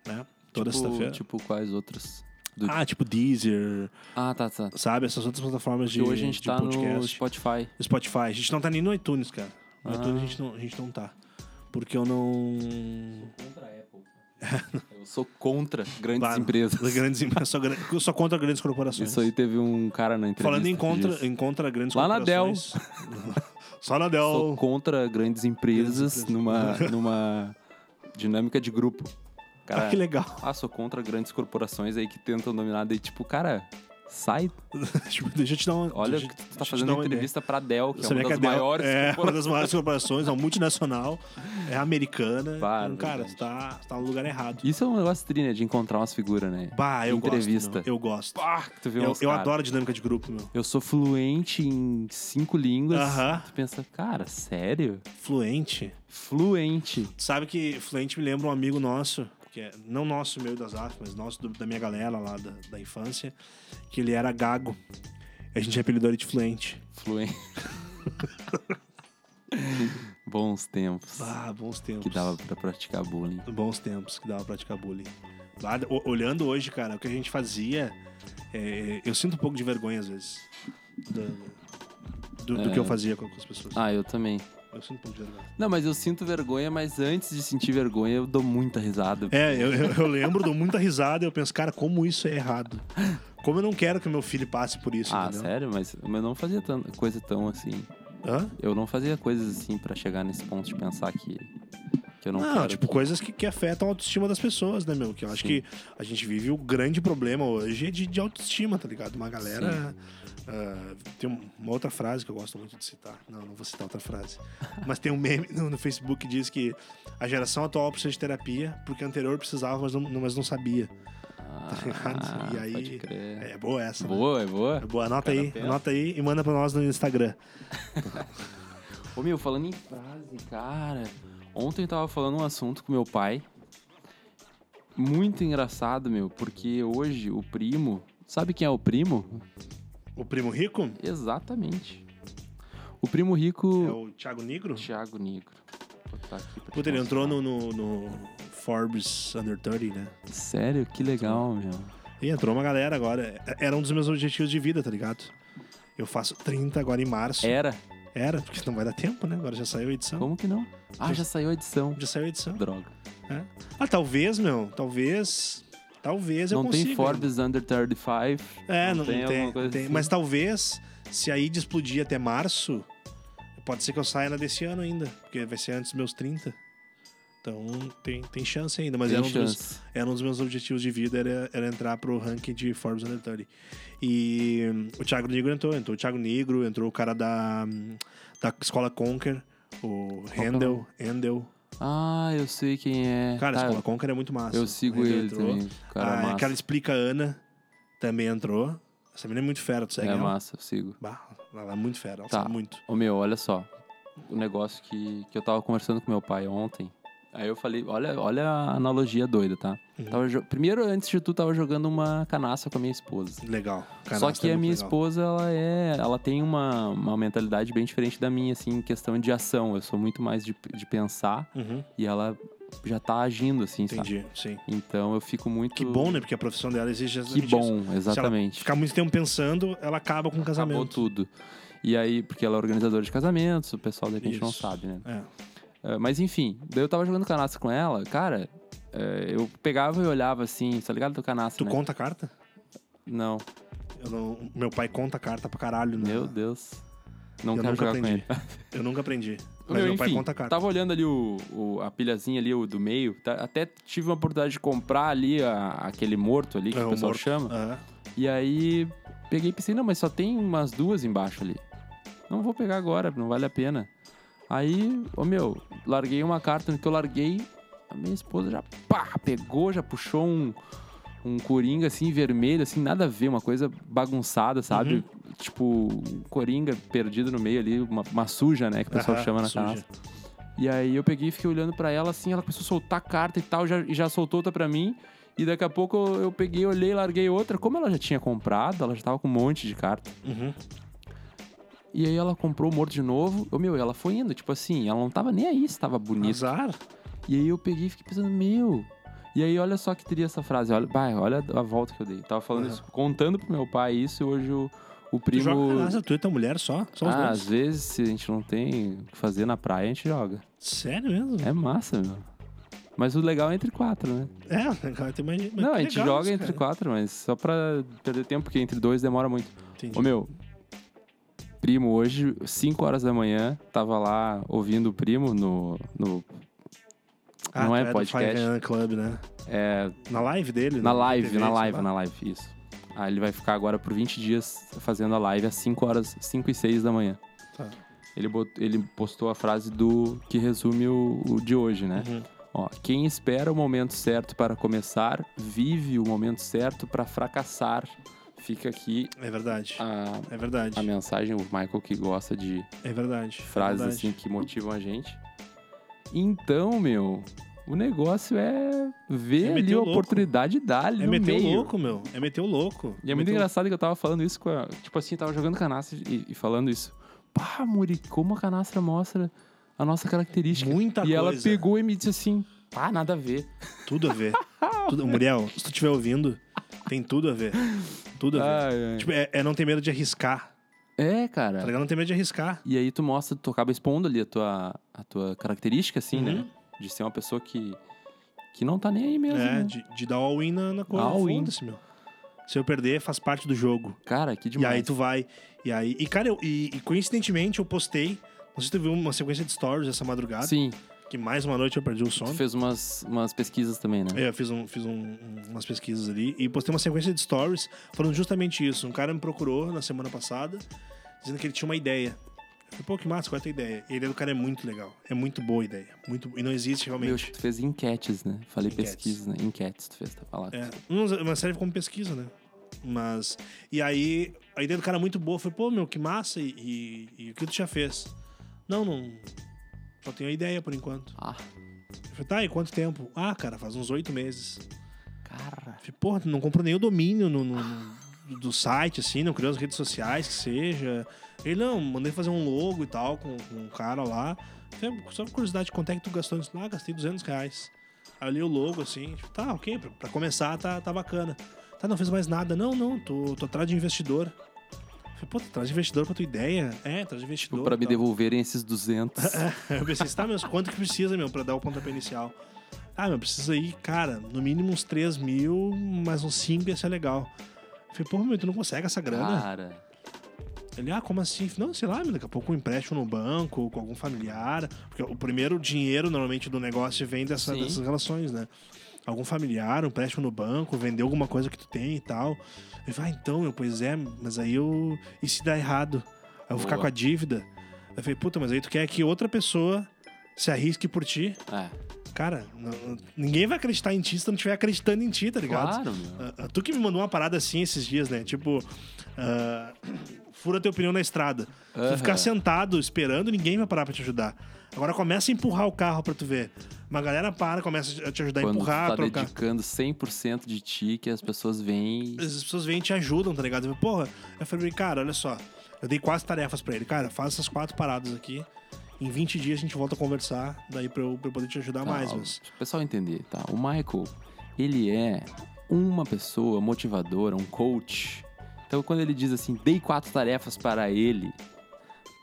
S1: Né? Toda
S2: Tipo-
S1: sexta-feira.
S2: Tipo, quais outras? Do-
S1: Ah, tipo Deezer,
S2: Ah, tá, tá.
S1: sabe? Essas outras plataformas de,
S2: Porque hoje a gente
S1: de
S2: tá
S1: podcast.
S2: no Spotify.
S1: No Spotify. A gente não tá nem no iTunes, cara. No
S2: Ah.
S1: iTunes a gente, não, a gente não tá. Porque eu não.
S2: contra a Apple. Eu sou contra grandes
S1: Bah,
S2: empresas.
S1: Grandes empresas. Só, gran- só contra grandes corporações.
S2: Isso aí teve um cara na entrevista.
S1: Falando em
S2: que
S1: contra,
S2: disse,
S1: em contra grandes
S2: Lá na
S1: corporações. só na
S2: Sou
S1: Dell.
S2: contra grandes empresas
S1: é Grandes empresas.
S2: numa, numa dinâmica de grupo. Cara,
S1: Ah, que legal.
S2: ah, sou contra grandes corporações aí que tentam dominar. Daí, tipo, cara, Sai,
S1: Tipo, deixa eu te dar uma.
S2: olha
S1: deixa,
S2: que tu
S1: deixa
S2: tá
S1: eu te dar
S2: fazendo
S1: uma ideia.
S2: entrevista pra Dell, que é
S1: Sabia
S2: uma das
S1: a Dell
S2: maiores.
S1: é uma das maiores corporações, é uma multinacional, é americana.
S2: Bárbaro,
S1: então, cara,
S2: gente.
S1: você tá, você tá no lugar errado.
S2: Isso é um negócio tri, né? De encontrar umas figuras, né?
S1: Bah, eu
S2: Entrevista.
S1: gosto. meu, Eu gosto.
S2: Pá, que tu vê
S1: Eu,
S2: uns
S1: eu
S2: cara.
S1: adoro a dinâmica de grupo, meu.
S2: Eu sou fluente em cinco línguas.
S1: Aham.
S2: Tu pensa, cara, sério?
S1: Fluente.
S2: Fluente.
S1: Tu Sabe que fluente me lembra um amigo nosso, que é não nosso, meu e das AF, mas nosso do- da minha galera lá da, da infância, que ele era gago. A gente apelidou ele de fluente.
S2: Fluente. Bons tempos.
S1: Ah, bons tempos.
S2: Que dava pra praticar bullying.
S1: Bons tempos que dava pra praticar bullying. Lá, o- olhando hoje, cara, o que a gente fazia, é, eu sinto um pouco de vergonha às vezes do, do- do que
S2: É.
S1: eu fazia com, com as pessoas.
S2: Ah, eu também.
S1: Eu sinto um pouco de vergonha.
S2: Não, mas eu sinto vergonha, mas antes de sentir vergonha, eu dou muita risada.
S1: É, eu, eu- eu lembro, dou muita risada e eu penso, cara, como isso é errado? Como eu não quero que meu filho passe por isso,
S2: ah,
S1: entendeu?
S2: sério? Mas mas eu não fazia tan- coisa tão assim.
S1: Hã?
S2: Eu não fazia coisas assim pra chegar nesse ponto de pensar que, que eu não,
S1: Não,
S2: quero.
S1: tipo, coisas que, que afetam a autoestima das pessoas, né, meu? Que eu acho
S2: Sim.
S1: que a gente vive o grande problema hoje é de, de autoestima, tá ligado? Uma galera. ah, tem uma outra frase que eu gosto muito de citar. Não, não vou citar outra frase. Mas tem um meme no, no Facebook que diz que a geração atual precisa de terapia porque a anterior precisava, mas não, não- mas não sabia.
S2: Ah,
S1: tá E aí-
S2: Pode crer.
S1: É, boa essa. né?
S2: Boa, é boa.
S1: É boa. Anota
S2: Cara,
S1: aí,
S2: pera.
S1: anota aí e manda pra nós no Instagram.
S2: Ô meu, falando em frase, cara. Ontem eu tava falando um assunto com meu pai. Muito engraçado, meu, porque hoje o primo. Sabe quem é o primo?
S1: O primo rico
S2: Exatamente. O primo rico.
S1: é o Thiago Negro?
S2: Thiago Negro. Vou botar aqui pra
S1: Puta,
S2: te
S1: ele
S2: mostrar.
S1: entrou no, no- no Forbes Under 30, né?
S2: Sério? Que legal, meu.
S1: E entrou uma galera agora. Era um dos meus objetivos de vida, tá ligado? Eu faço 30 agora em março.
S2: Era?
S1: Era, porque não vai dar tempo, né? Agora já saiu a edição.
S2: Como que não? Ah, já saiu a edição.
S1: Já saiu a edição.
S2: Droga.
S1: É. Ah, talvez, meu. Talvez. Talvez eu né?
S2: não
S1: consiga.
S2: tem Forbes Under 35.
S1: É, não, não tem.
S2: alguma
S1: não
S2: coisa
S1: tem.
S2: assim.
S1: Mas talvez, se a id explodir até março, pode ser que eu saia na desse ano ainda. Porque vai ser antes dos meus 30. Então tem, tem chance ainda. Mas
S2: tem
S1: era um dos meus-
S2: chance.
S1: era um dos meus objetivos de vida, era, era entrar pro ranking de Forbes Under 30. E hum, o Thiago Negro entrou, entrou o Thiago Negro, entrou o cara da, hum, da escola Conquer, o
S2: que é o
S1: Handel, Handel.
S2: Ah, eu sei quem é.
S1: Cara, a
S2: Tá,
S1: escola Conquer é muito massa.
S2: eu
S1: O
S2: sigo
S1: Handel
S2: ele também. Cara,
S1: a
S2: é massa.
S1: cara explica Ana também entrou. Essa menina é muito fera, tu segue
S2: É
S1: ela?
S2: massa, eu sigo.
S1: Bah, ela é muito fera, ela
S2: Tá.
S1: sabe muito.
S2: Ô meu, olha só. O negócio que, que eu tava conversando com meu pai ontem. Aí eu falei, olha, olha a analogia doida, tá?
S1: Uhum.
S2: Tava jo- Primeiro, antes de tu, tava jogando uma canastra com a minha esposa.
S1: Legal.
S2: Só
S1: Canastra
S2: que a
S1: é muito
S2: minha
S1: legal.
S2: esposa, ela é. Ela tem uma, uma mentalidade bem diferente da minha, assim, em questão de ação. Eu sou muito mais de, de pensar
S1: Uhum,
S2: e ela já tá agindo, assim, sabe?
S1: entendi, sim.
S2: Então eu fico muito.
S1: Que bom, né? Porque a profissão dela exige
S2: Que
S1: exatamente isso.
S2: bom,
S1: Se ela
S2: exatamente.
S1: ficar muito tempo pensando, ela acaba com o casamento.
S2: Acabou tudo. E aí, porque ela é organizadora de casamentos, o pessoal de repente não
S1: Isso.
S2: sabe, né?
S1: É.
S2: Ah, mas enfim, daí eu tava jogando canastra com ela, cara. eh, eu pegava e olhava assim, tá ligado? Do canastra.
S1: Tu
S2: né?
S1: conta a carta?
S2: Não,
S1: Eu não- meu pai conta a carta pra caralho, né?
S2: meu Deus. Não
S1: Eu
S2: quero
S1: nunca
S2: jogar com
S1: aprendi.
S2: ele.
S1: Eu nunca aprendi. Mas
S2: Meu,
S1: meu, pai
S2: enfim,
S1: conta a carta.
S2: Tava olhando ali o, o- a pilhazinha ali, o do meio. tá- até tive uma oportunidade de comprar ali a- aquele morto ali, que
S1: É,
S2: o
S1: o
S2: pessoal
S1: morto.
S2: chama.
S1: Aham.
S2: E aí peguei e pensei, não, mas só tem umas duas embaixo ali. Não vou pegar agora, não vale a pena. Aí, ô meu, larguei uma carta no que eu larguei, a minha esposa já pá, pegou, já puxou um, um coringa assim, vermelho, assim, nada a ver, uma coisa bagunçada, sabe?
S1: Uhum.
S2: Tipo, um coringa perdido no meio ali, uma, uma suja, né, que o pessoal
S1: Aham,
S2: chama na
S1: suja.
S2: casa. E aí eu peguei e fiquei olhando pra ela assim, ela começou a soltar a carta e tal, já, e já soltou outra pra mim. E daqui a pouco eu, eu peguei, olhei, larguei outra. Como ela já tinha comprado, ela já tava com um monte de carta.
S1: Uhum.
S2: E aí ela comprou o morto de novo. Ô, meu, ela foi indo, tipo assim, ela não tava nem aí se tava bonito.
S1: Azar.
S2: E aí eu peguei e fiquei pensando, meu. E aí olha só que teria essa frase, olha, vai, olha a volta que eu dei. Tava falando
S1: Uhum.
S2: isso, contando pro meu pai isso e hoje o, o
S1: Tu
S2: primo.
S1: joga canastra, tu e tua mulher só? Só os
S2: ah, às
S1: dois?
S2: vezes, se a gente não tem o que fazer na praia, a gente joga.
S1: Sério mesmo?
S2: É massa, meu. Mas o legal é entre quatro, né?
S1: É, cara, tu imagina. mas
S2: não,
S1: que
S2: a gente
S1: legal
S2: joga
S1: isso,
S2: entre
S1: cara.
S2: quatro, mas só pra perder tempo, porque entre dois demora muito.
S1: Entendi.
S2: Ô meu, primo hoje, 5 horas da manhã, tava lá ouvindo o primo no. no
S1: Ah,
S2: não
S1: tu
S2: é
S1: do
S2: podcast.
S1: Five Hand Club, né?
S2: é,
S1: Na live dele?
S2: na
S1: né?
S2: live,
S1: TV,
S2: na
S1: sei
S2: live,
S1: lá.
S2: na live, isso. Aí ele vai ficar agora por 20 dias fazendo a live às 5 horas, 5 e 6 da manhã.
S1: Tá.
S2: Ele, bot- ele postou a frase do que resume o, o de hoje, né?
S1: Uhum.
S2: Ó, quem espera o momento certo para começar, vive o momento certo para fracassar. Fica aqui
S1: É verdade.
S2: a,
S1: É verdade.
S2: a mensagem, o Michael que gosta de
S1: É verdade.
S2: frases
S1: é verdade.
S2: assim que motivam a gente. Então, meu, o negócio é ver
S1: É
S2: ali
S1: meter
S2: a
S1: o louco.
S2: oportunidade e dar ali
S1: É
S2: no
S1: meter o
S2: meio.
S1: louco, meu. É meter o louco.
S2: E é muito
S1: Meter o-
S2: engraçado que eu tava falando isso com a. Tipo assim, eu tava jogando canastra e, e falando isso. Pá, Muri, como a canastra mostra a nossa característica.
S1: Muita
S2: e ela
S1: coisa.
S2: pegou e me disse assim: pá, nada a ver.
S1: Tudo a ver. tudo... Muriel, se tu estiver ouvindo, tem tudo a ver. Tudo a ver.
S2: Ai, ai.
S1: Tipo, é, é não ter medo de arriscar.
S2: é,
S1: Tá
S2: cara.
S1: ligado? Não ter medo de arriscar.
S2: E aí tu mostra, tu acaba expondo ali a tua, a tua característica, assim,
S1: Uhum.
S2: né? De ser uma pessoa que. que não tá nem aí mesmo.
S1: É,
S2: né?
S1: de, de dar all-in na, na coisa.
S2: All-in.
S1: Foda-se, meu. Se eu perder, faz parte do jogo.
S2: Cara, que
S1: E
S2: demais.
S1: aí tu vai. E aí. E, cara, eu- e, e coincidentemente eu postei. Não sei se tu viu uma sequência de stories essa madrugada.
S2: Sim,
S1: Que mais uma noite eu perdi o sono.
S2: tu fez umas, umas pesquisas também, né?
S1: É, eu fiz, um- fiz um- um- umas pesquisas ali e postei uma sequência de stories falando justamente isso. Um cara me procurou na semana passada dizendo que ele tinha uma ideia. Eu falei, pô, que massa, qual é a tua ideia? E a ideia do cara é muito legal. É muito boa a ideia. Muito, e não existe
S2: Meu,
S1: realmente.
S2: tu fez enquetes, né? Falei
S1: Enquetes.
S2: pesquisas, né? Enquetes, tu fez, tá falando.
S1: É, não, mas serve como pesquisa, né? Mas. E aí, a ideia do cara é muito boa. Foi, pô, meu, que massa. E, e- e o que tu já fez? Não, não. Só tenho a ideia por enquanto.
S2: Ah,
S1: Eu falei, tá, e quanto tempo? Ah, cara, faz uns oito meses.
S2: cara.
S1: Falei, Porra, tu não comprou nenhum domínio no, no- no- do site, assim, não criou as redes sociais, que seja. Ele, não, mandei fazer um logo e tal com, com um cara lá. Falei, só por curiosidade, quanto é que tu gastou nisso? Ah, gastei 200 reais. Aí eu li o logo, assim, tipo, tá, ok, pra, pra começar tá, tá bacana. Tá, não fez mais nada. Não, não, tô, tô atrás de investidor. Falei, pô, tu traz investidor pra tua ideia? É, atrás de investidor.
S2: Tipo, Pra me
S1: e tal.
S2: devolverem esses 200.
S1: Eu pensei, tá, mas quanto que precisa, meu, pra dar o pontapé inicial? Ah, meu, precisa aí, cara, no mínimo uns 3 mil, mais uns 5 ia ser legal. Eu falei, porra, meu, tu não consegue essa grana?
S2: Cara,
S1: Ele, ah, como assim? Eu falei, Não, sei lá, meu, daqui a pouco um empréstimo no banco, com algum familiar. Porque o primeiro dinheiro, normalmente, do negócio vem dessa-
S2: Sim.
S1: dessas relações, né? Algum familiar, um empréstimo no banco, vender alguma coisa que tu tem e tal. Ele vai, ah, então, meu, pois é, mas aí eu. E se dá errado? Aí eu vou ficar
S2: Boa.
S1: com a dívida. Eu falei, puta, mas aí tu quer que outra pessoa se arrisque por ti?
S2: é.
S1: Cara, não- não- ninguém vai acreditar em ti se tu não estiver acreditando em ti, tá ligado?
S2: Claro, meu.
S1: Ah, ah, tu que me mandou uma parada assim esses dias, né? Tipo, ah, fura teu pneu na estrada. Se tu
S2: Aham.
S1: ficar sentado esperando, ninguém vai parar pra te ajudar. Agora começa a empurrar o carro pra tu ver. Uma galera para, começa a te ajudar a
S2: Quando tu
S1: empurrar,
S2: tá
S1: a trocar.
S2: dedicando 100% de ti, que as pessoas vêm. e-
S1: As pessoas vêm e te ajudam, tá ligado? Eu, Porra, eu falei, cara, olha só. Eu dei quase tarefas pra ele. Cara, faz essas quatro paradas aqui. Em 20 dias a gente volta a conversar, daí pra eu, pra eu poder te ajudar
S2: Tá,
S1: mais.
S2: ó,
S1: Mas...
S2: O pessoal entender, tá? O Michael, ele é uma pessoa motivadora, um coach. Então, quando ele diz assim, dei quatro tarefas para ele,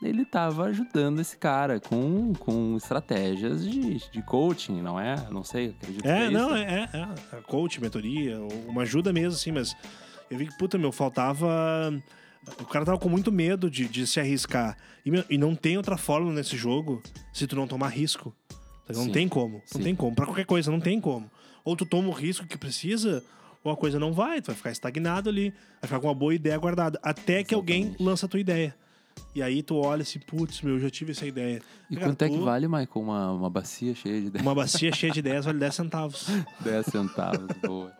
S2: ele tava ajudando esse cara com, com estratégias de, de coaching, não é? Não sei, acredito que
S1: É,
S2: isso.
S1: não, é, é, é. Coach, mentoria, ou uma ajuda mesmo, assim, mas eu vi que, puta, meu, faltava. O cara tava com muito medo de, de se arriscar. E, meu, e não tem outra fórmula nesse jogo se tu não tomar risco. Tá ligado? Não
S2: Sim.
S1: tem como.
S2: Sim.
S1: Não tem como. Pra qualquer coisa, não tem como. Ou tu toma o risco que precisa, ou a coisa não vai. Tu vai ficar estagnado ali, vai ficar com uma boa ideia guardada. Até que alguém
S2: Exatamente.
S1: lança a tua ideia. E aí tu olha assim, putz, meu, eu já tive essa ideia.
S2: E
S1: Cara,
S2: quanto é que
S1: tu-
S2: vale, Michael, uma, uma bacia cheia de
S1: Uma bacia cheia de ideias vale 10 centavos.
S2: 10 centavos? Boa.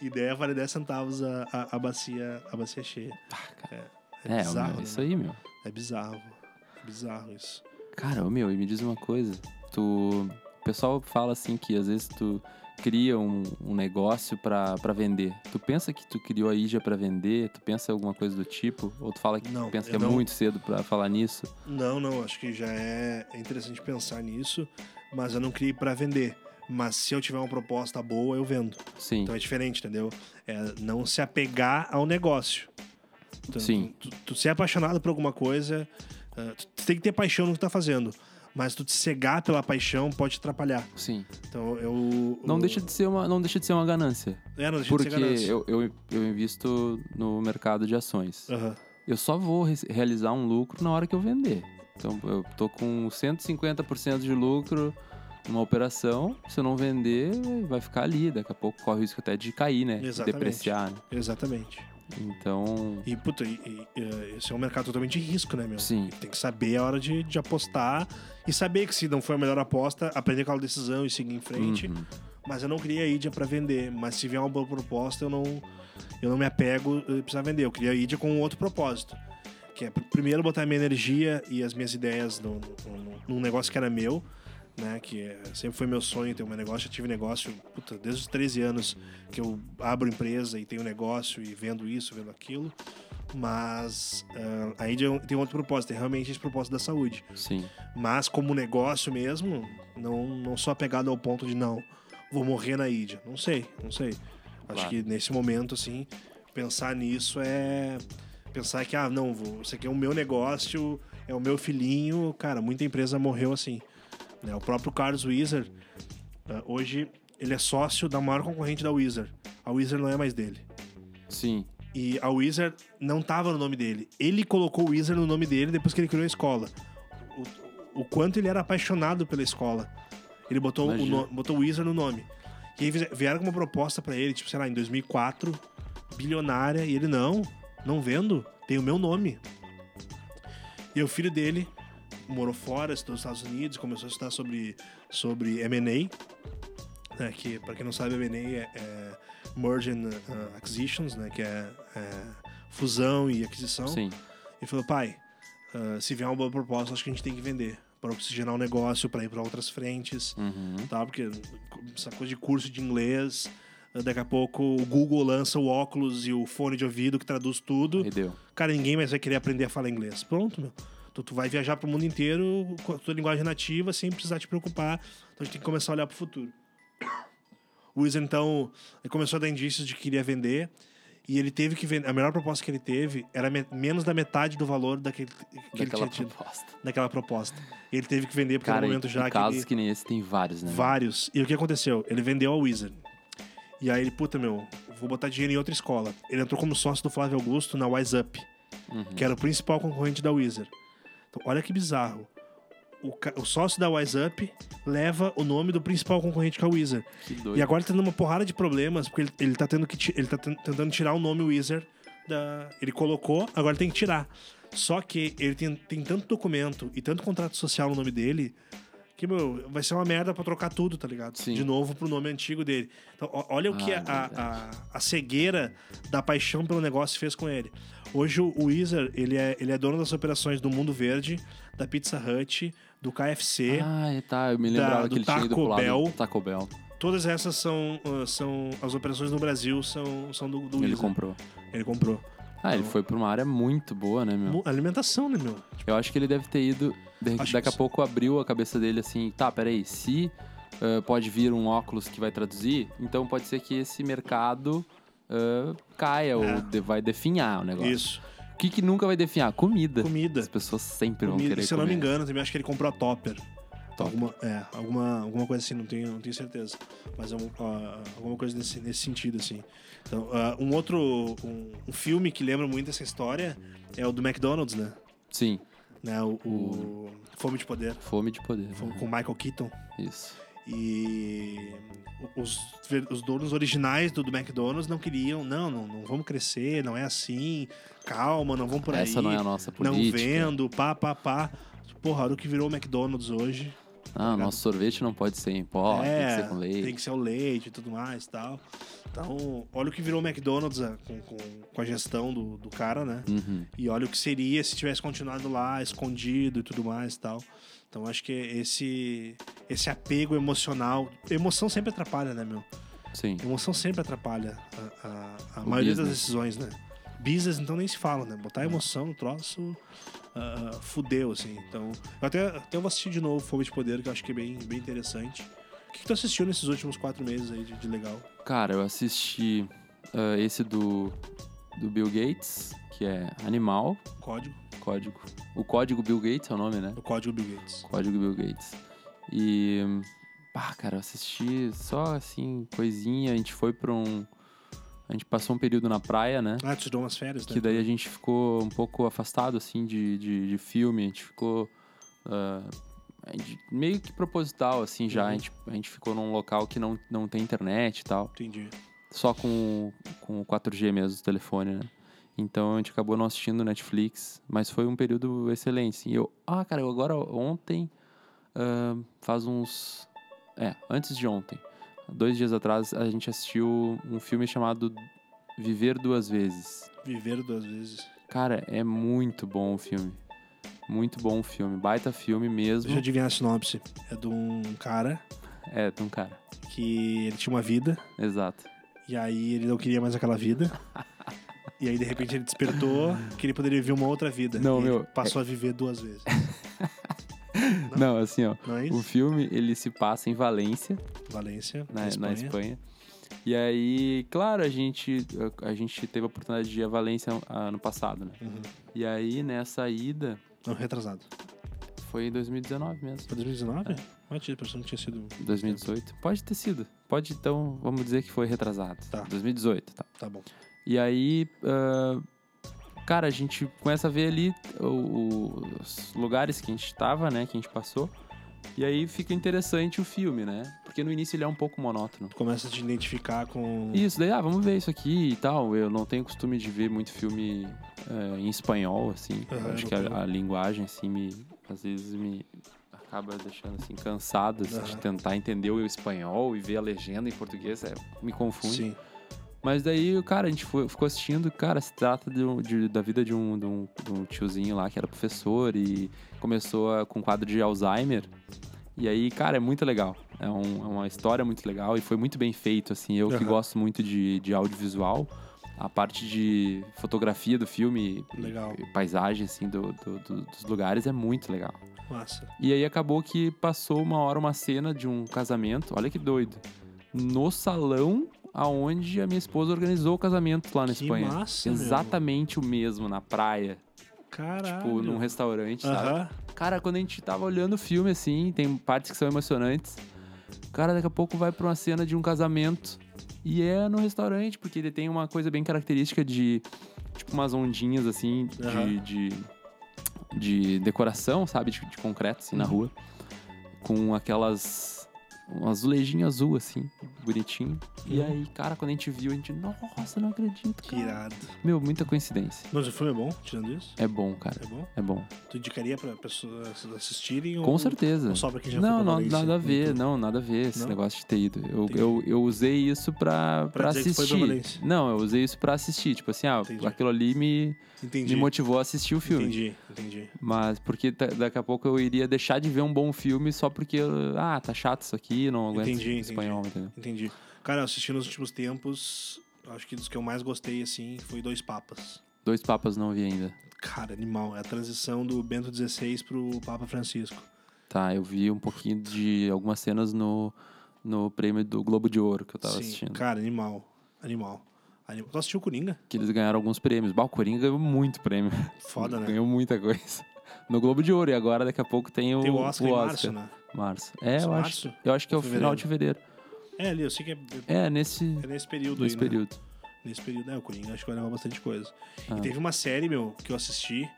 S1: ideia vale 10 centavos a, a, a bacia, a bacia cheia. É,
S2: É,
S1: bizarro,
S2: meu,
S1: né?
S2: isso aí, meu.
S1: É bizarro. É bizarro isso.
S2: Cara, ô, meu, e me diz uma coisa. Tu. O pessoal fala assim que às vezes tu cria um, um negócio pra, pra vender. Tu pensa que tu criou a Ija pra vender? Tu pensa alguma coisa do tipo? Ou tu fala que
S1: Não,
S2: pensa
S1: eu
S2: que é
S1: não-
S2: muito cedo pra falar nisso?
S1: Não, não, acho que já é é interessante pensar nisso, mas eu não criei pra vender. Mas se eu tiver uma proposta boa, eu vendo.
S2: Sim.
S1: Então é diferente, entendeu? É não se apegar ao negócio. Tu-
S2: Sim.
S1: Tu, tu ser apaixonado por alguma coisa, eh, tu, tu tem que ter paixão no que tu tá fazendo. Mas tu te cegar pela paixão pode te atrapalhar.
S2: Sim.
S1: Então eu.
S2: Não deixa de ser uma, não deixa de ser uma ganância.
S1: É, não deixa
S2: Porque
S1: de ser ganância.
S2: eu, eu, eu invisto no mercado de ações.
S1: Aham.
S2: Eu só vou re- realizar um lucro na hora que eu vender. Então eu tô com 150% de lucro numa operação. Se eu não vender, vai ficar ali. Daqui a pouco corre o risco até de cair, né? De
S1: Exatamente.
S2: Depreciar. né?
S1: Exatamente.
S2: Então,
S1: E, puta, e- e, eh, esse é um mercado totalmente de risco, né, meu?
S2: Sim.
S1: Tem que saber a hora de, de apostar e saber que se não for a melhor aposta, aprender aquela decisão e seguir em
S2: Uhum.
S1: frente. Mas eu não queria a para vender. Mas se vier uma boa proposta, eu não, eu não me apego eh, precisar vender. Eu queria a com um outro propósito. Que é pr- primeiro botar minha energia e as minhas ideias num, num- num negócio que era meu, né? Que eh, sempre foi meu sonho ter um negócio. Eu tive negócio, puta, desde os 13 anos que eu abro empresa e tenho negócio e vendo isso, vendo aquilo. Mas ah, a Índia tem outro propósito, é realmente esse propósito da saúde.
S2: sim.
S1: Mas como negócio mesmo, não, não sou apegado ao ponto de não, vou morrer na Índia. Não sei, não sei. Acho
S2: Claro.
S1: que nesse momento, assim, pensar nisso é. Pensar que, ah, não, vou- isso aqui é o meu negócio, é o meu filhinho. Cara, muita empresa morreu assim. né? O próprio Carlos Weezer, ah, hoje, ele é sócio da maior concorrente da Weezer. A Weezer não é mais dele.
S2: Sim.
S1: E a Wizard não tava no nome dele. Ele colocou o Wizard no nome dele depois que ele criou a escola. O, o quanto ele era apaixonado pela escola. Ele botou o,
S2: Imagina.
S1: no, botou o Wizard no nome. E aí vize- vieram com uma proposta pra ele, tipo, sei lá, em 2004, bilionária, e ele, não, não vendo, tem o meu nome. E o filho dele morou fora, estudou nos Estados Unidos, começou a estudar sobre, sobre M&A, né, que para quem não sabe M&A é, é merge and uh, acquisitions, né, que é, é fusão e aquisição.
S2: Sim.
S1: Ele falou, pai, ah, se vier uma boa proposta, acho que a gente tem que vender para oxigenar o negócio, para ir para outras frentes,
S2: Uhum.
S1: tá? Porque essa coisa de curso de inglês, ah, daqui a pouco o Google lança o óculos e o fone de ouvido que traduz tudo.
S2: E deu.
S1: Cara, ninguém mais vai querer aprender a falar inglês. Pronto, meu. Tu, tu vai viajar pro mundo inteiro com a tua linguagem nativa sem precisar te preocupar. Então a gente tem que começar a olhar pro futuro. O Wiz, então, ele começou a dar indícios de que iria vender. E ele teve que vender. A melhor proposta que ele teve era me- menos da metade do valor daquele, que ele
S2: Daquela
S1: tinha tido,
S2: proposta.
S1: daquela proposta. E ele teve que vender porque
S2: Cara,
S1: no momento
S2: em-
S1: já
S2: em
S1: que ele-
S2: casos que nem esse tem vários, né?
S1: Vários. E o que aconteceu? Ele vendeu a Wizard. E aí ele, puta, meu, vou botar dinheiro em outra escola. Ele entrou como sócio do Flávio Augusto na Wise Up, que era o principal concorrente da Wizard. Então, olha que bizarro. O, ca- o sócio da Wise Up leva o nome do principal concorrente que é a Wizard.
S2: Que doido.
S1: E agora tá tendo uma porrada de problemas, porque ele, ele tá tendo que ti- ele tá ten- tentando tirar o nome Wizard da. Ele colocou, agora tem que tirar. Só que ele tem, tem tanto documento e tanto contrato social no nome dele que, meu, vai ser uma merda pra trocar tudo, tá ligado?
S2: Sim.
S1: De novo pro nome antigo dele. Então, o- olha o que
S2: Ah,
S1: a, a, a cegueira da paixão pelo negócio fez com ele. Hoje o o Wizard, ele é, ele é dono das operações do Mundo Verde, da Pizza Hut, do KFC.
S2: Ah, é, tá. Eu me lembrava
S1: Da- do
S2: que ele tinha ido
S1: Taco
S2: pro lado do
S1: Bell.
S2: Taco Bell.
S1: Todas essas são, ah, são as operações no Brasil são, são do, do
S2: Ele
S1: Wizard.
S2: comprou.
S1: Ele comprou.
S2: Ah,
S1: Então
S2: ele foi pra uma área muito boa, né, meu?
S1: Mu- Alimentação, né, meu?
S2: Eu acho que ele deve ter ido. de-
S1: Acho
S2: daqui
S1: que
S2: a
S1: sim.
S2: pouco abriu a cabeça dele assim: tá, peraí, se ah, pode vir um óculos que vai traduzir, então pode ser que esse mercado ah, caia
S1: É.
S2: ou de- vai definhar o negócio.
S1: Isso.
S2: O que, que nunca vai definhar? Comida.
S1: Comida.
S2: As pessoas sempre vão
S1: Comida.
S2: um querer
S1: Se eu não me
S2: comer.
S1: engano, também acho que ele comprou a Topper. Alguma, é, alguma, alguma coisa assim, não tenho, não tenho certeza. Mas é um- ah, alguma coisa nesse, nesse sentido, assim. Então, ah, um outro um, um filme que lembra muito essa história é o do McDonald's, né?
S2: Sim,
S1: né o, o Fome de Poder,
S2: fome de poder.
S1: foi
S2: né?
S1: com Michael Keaton.
S2: Isso.
S1: E os, os donos originais do, do McDonald's não queriam, não, não, não vamos crescer, não é assim, calma, não vamos por
S2: Essa
S1: aí.
S2: não é a nossa
S1: não
S2: política.
S1: vendo, pá, pá, pá. Porra, olha o que virou o McDonald's hoje.
S2: Ah, nosso sorvete não pode ser em pó, tem que ser com leite.
S1: tá É, tem que ser o leite e tudo mais e tal. Então, olha o que virou o McDonald's ah, com, com, com a gestão do, do cara, né?
S2: Uhum.
S1: E olha o que seria se tivesse continuado lá, escondido e tudo mais e tal. Então acho que esse esse apego emocional. Emoção sempre atrapalha, né, meu?
S2: Sim.
S1: Emoção sempre atrapalha a, a- a
S2: O
S1: maioria das
S2: business.
S1: decisões, né? Business, então nem se fala, né? Botar emoção no troço ah, fudeu, assim. Então, eu até, até vou assistir de novo Fome de Poder, que eu acho que é bem, bem interessante. O que, que tu assistiu nesses últimos quatro meses aí de, de legal?
S2: Cara, eu assisti ah, esse do, do Bill Gates, que é Animal,
S1: Código?
S2: código. O código Bill Gates é o nome, né?
S1: O código Bill Gates.
S2: Código Bill Gates. E. Pá, cara, eu assisti só assim, coisinha. A gente foi pra um. A gente passou um período na praia, né?
S1: Ah, tu tirou umas férias, né?
S2: Que daí a gente ficou um pouco afastado, assim, de, de, de filme. A gente ficou. ah, a gente- meio que proposital, assim, já.
S1: Uhum.
S2: A, gente, a gente ficou num local que não, não tem internet e tal.
S1: Entendi.
S2: só com, com o 4G mesmo do telefone, né? Então a gente acabou não assistindo Netflix, mas foi um período excelente. Sim. Eu, ah, cara, eu agora ontem, ah, faz uns. É, antes de ontem, dois dias atrás, a gente assistiu um filme chamado Viver Duas Vezes.
S1: Viver duas vezes.
S2: Cara, é muito bom o filme. Muito bom o filme. Baita filme mesmo.
S1: Deixa eu adivinhar a sinopse. É de um cara
S2: É, de um cara.
S1: que ele tinha uma vida,
S2: Exato.
S1: e aí ele não queria mais aquela vida. E aí, de repente, ele despertou que ele poderia viver uma outra vida.
S2: Não,
S1: E ele
S2: meu, é
S1: Passou a viver duas vezes.
S2: Não, assim, ó.
S1: Não é
S2: O
S1: isso?
S2: filme, ele se passa em Valência,
S1: Valência,
S2: na, na Espanha. E aí, claro, a gente, a gente teve a oportunidade de ir a Valência ano passado, né?
S1: Uhum.
S2: E aí, nessa ida,
S1: Não, retrasado.
S2: foi em 2019 mesmo.
S1: Foi 2019?
S2: É.
S1: Não tinha a impressão que tinha sido.
S2: 2018. Pode ter sido. Pode, então, vamos dizer que foi retrasado.
S1: Tá.
S2: 2018, tá.
S1: Tá bom.
S2: E aí, ah, cara, a gente começa a ver ali o- o- os lugares que a gente tava, né? Que a gente passou. E aí fica interessante o filme, né? Porque no início ele é um pouco monótono.
S1: Tu começa a te identificar com.
S2: Isso, daí, ah, vamos ver isso aqui e tal. Eu não tenho costume de ver muito filme eh, em espanhol, assim.
S1: Aham, Uhum.
S2: Acho que a,
S1: europeu.
S2: a linguagem, assim, me, às vezes me acaba deixando, assim, cansado assim, de
S1: Aham.
S2: tentar entender o espanhol e ver a legenda em português. É, me confunde.
S1: Sim.
S2: Mas daí, cara, a gente foi- ficou assistindo, cara, se trata de um- de- da vida de um, de um- de um tiozinho lá que era professor e começou a- com um quadro de Alzheimer. E aí, cara, é muito legal. É, um- é uma história muito legal e foi muito bem feito, assim. Eu que
S1: Aham.
S2: gosto muito de, de audiovisual, a parte de fotografia do filme,
S1: Legal.
S2: e paisagem, assim, do- do- do- dos lugares é muito legal.
S1: Massa.
S2: E aí acabou que passou uma hora uma cena de um casamento, olha que doido, no salão aonde a minha esposa organizou o casamento lá na
S1: que
S2: Espanha.
S1: massa. meu.
S2: Exatamente o mesmo, na praia,
S1: Caralho.
S2: tipo, num restaurante, sabe?
S1: Aham.
S2: Cara, quando a gente tava olhando o filme, assim, tem partes que são emocionantes, cara, daqui a pouco vai pra uma cena de um casamento e é no restaurante, porque ele tem uma coisa bem característica de, tipo, umas ondinhas, assim, de-
S1: Aham.
S2: de, de decoração, sabe? De, de concreto, assim, na
S1: Uhum.
S2: rua. Com aquelas. Um azulejinho azul, assim, bonitinho. E
S1: Uhum.
S2: aí, cara, quando a gente viu, a gente, nossa, não acredito,
S1: Que
S2: cara.
S1: irado.
S2: Meu, muita coincidência.
S1: Mas o filme é bom, tirando isso?
S2: É bom, cara.
S1: É bom?
S2: É bom.
S1: Tu indicaria pra pessoas assistirem?
S2: Com
S1: ou...
S2: certeza.
S1: Ou só pra quem já foi
S2: Não,
S1: pra
S2: não
S1: Valência?
S2: nada a ver,
S1: Muito-
S2: não, nada a ver esse
S1: Não?
S2: negócio de ter ido. Eu,
S1: Entendi.
S2: eu, eu usei isso pra, pra,
S1: Pra dizer que foi pra
S2: assistir.
S1: Valência.
S2: não, eu usei isso pra assistir. Tipo assim, ah,
S1: Entendi.
S2: aquilo ali me,
S1: Entendi.
S2: me motivou a assistir o filme.
S1: Entendi, entendi.
S2: Mas porque ta- daqui a pouco eu iria deixar de ver um bom filme só porque, eu- ah, tá chato isso aqui, não aguento
S1: Entendi, entendi.
S2: espanhol, entendeu?
S1: Entendi. Cara, eu assisti nos últimos tempos, acho que dos que eu mais gostei, assim, foi Dois Papas.
S2: Dois papas não vi ainda.
S1: Cara, animal. É a transição do Bento XVI pro Papa Francisco.
S2: Tá, eu vi um pouquinho de algumas cenas no, no prêmio do Globo de Ouro que eu tava
S1: Sim,
S2: assistindo.
S1: cara, animal. Animal. Animal. Tu assistiu o Coringa?
S2: Que eles ganharam alguns prêmios. Bah, o Coringa ganhou muito prêmio.
S1: Foda, né?
S2: Ganhou muita coisa. No Globo de Ouro, e agora daqui a pouco tem o,
S1: Tem o Oscar,
S2: o
S1: em março, né?
S2: Março. É, eu
S1: Março?
S2: acho. Eu acho que é o
S1: Ou
S2: final de fevereiro.
S1: É, ali, eu sei que é,
S2: É, nesse,
S1: é nesse período
S2: nesse
S1: aí, né?
S2: período.
S1: Nesse período, é, o Coringa acho que vai levar bastante coisa.
S2: Ah.
S1: E teve uma série, meu, que eu assisti,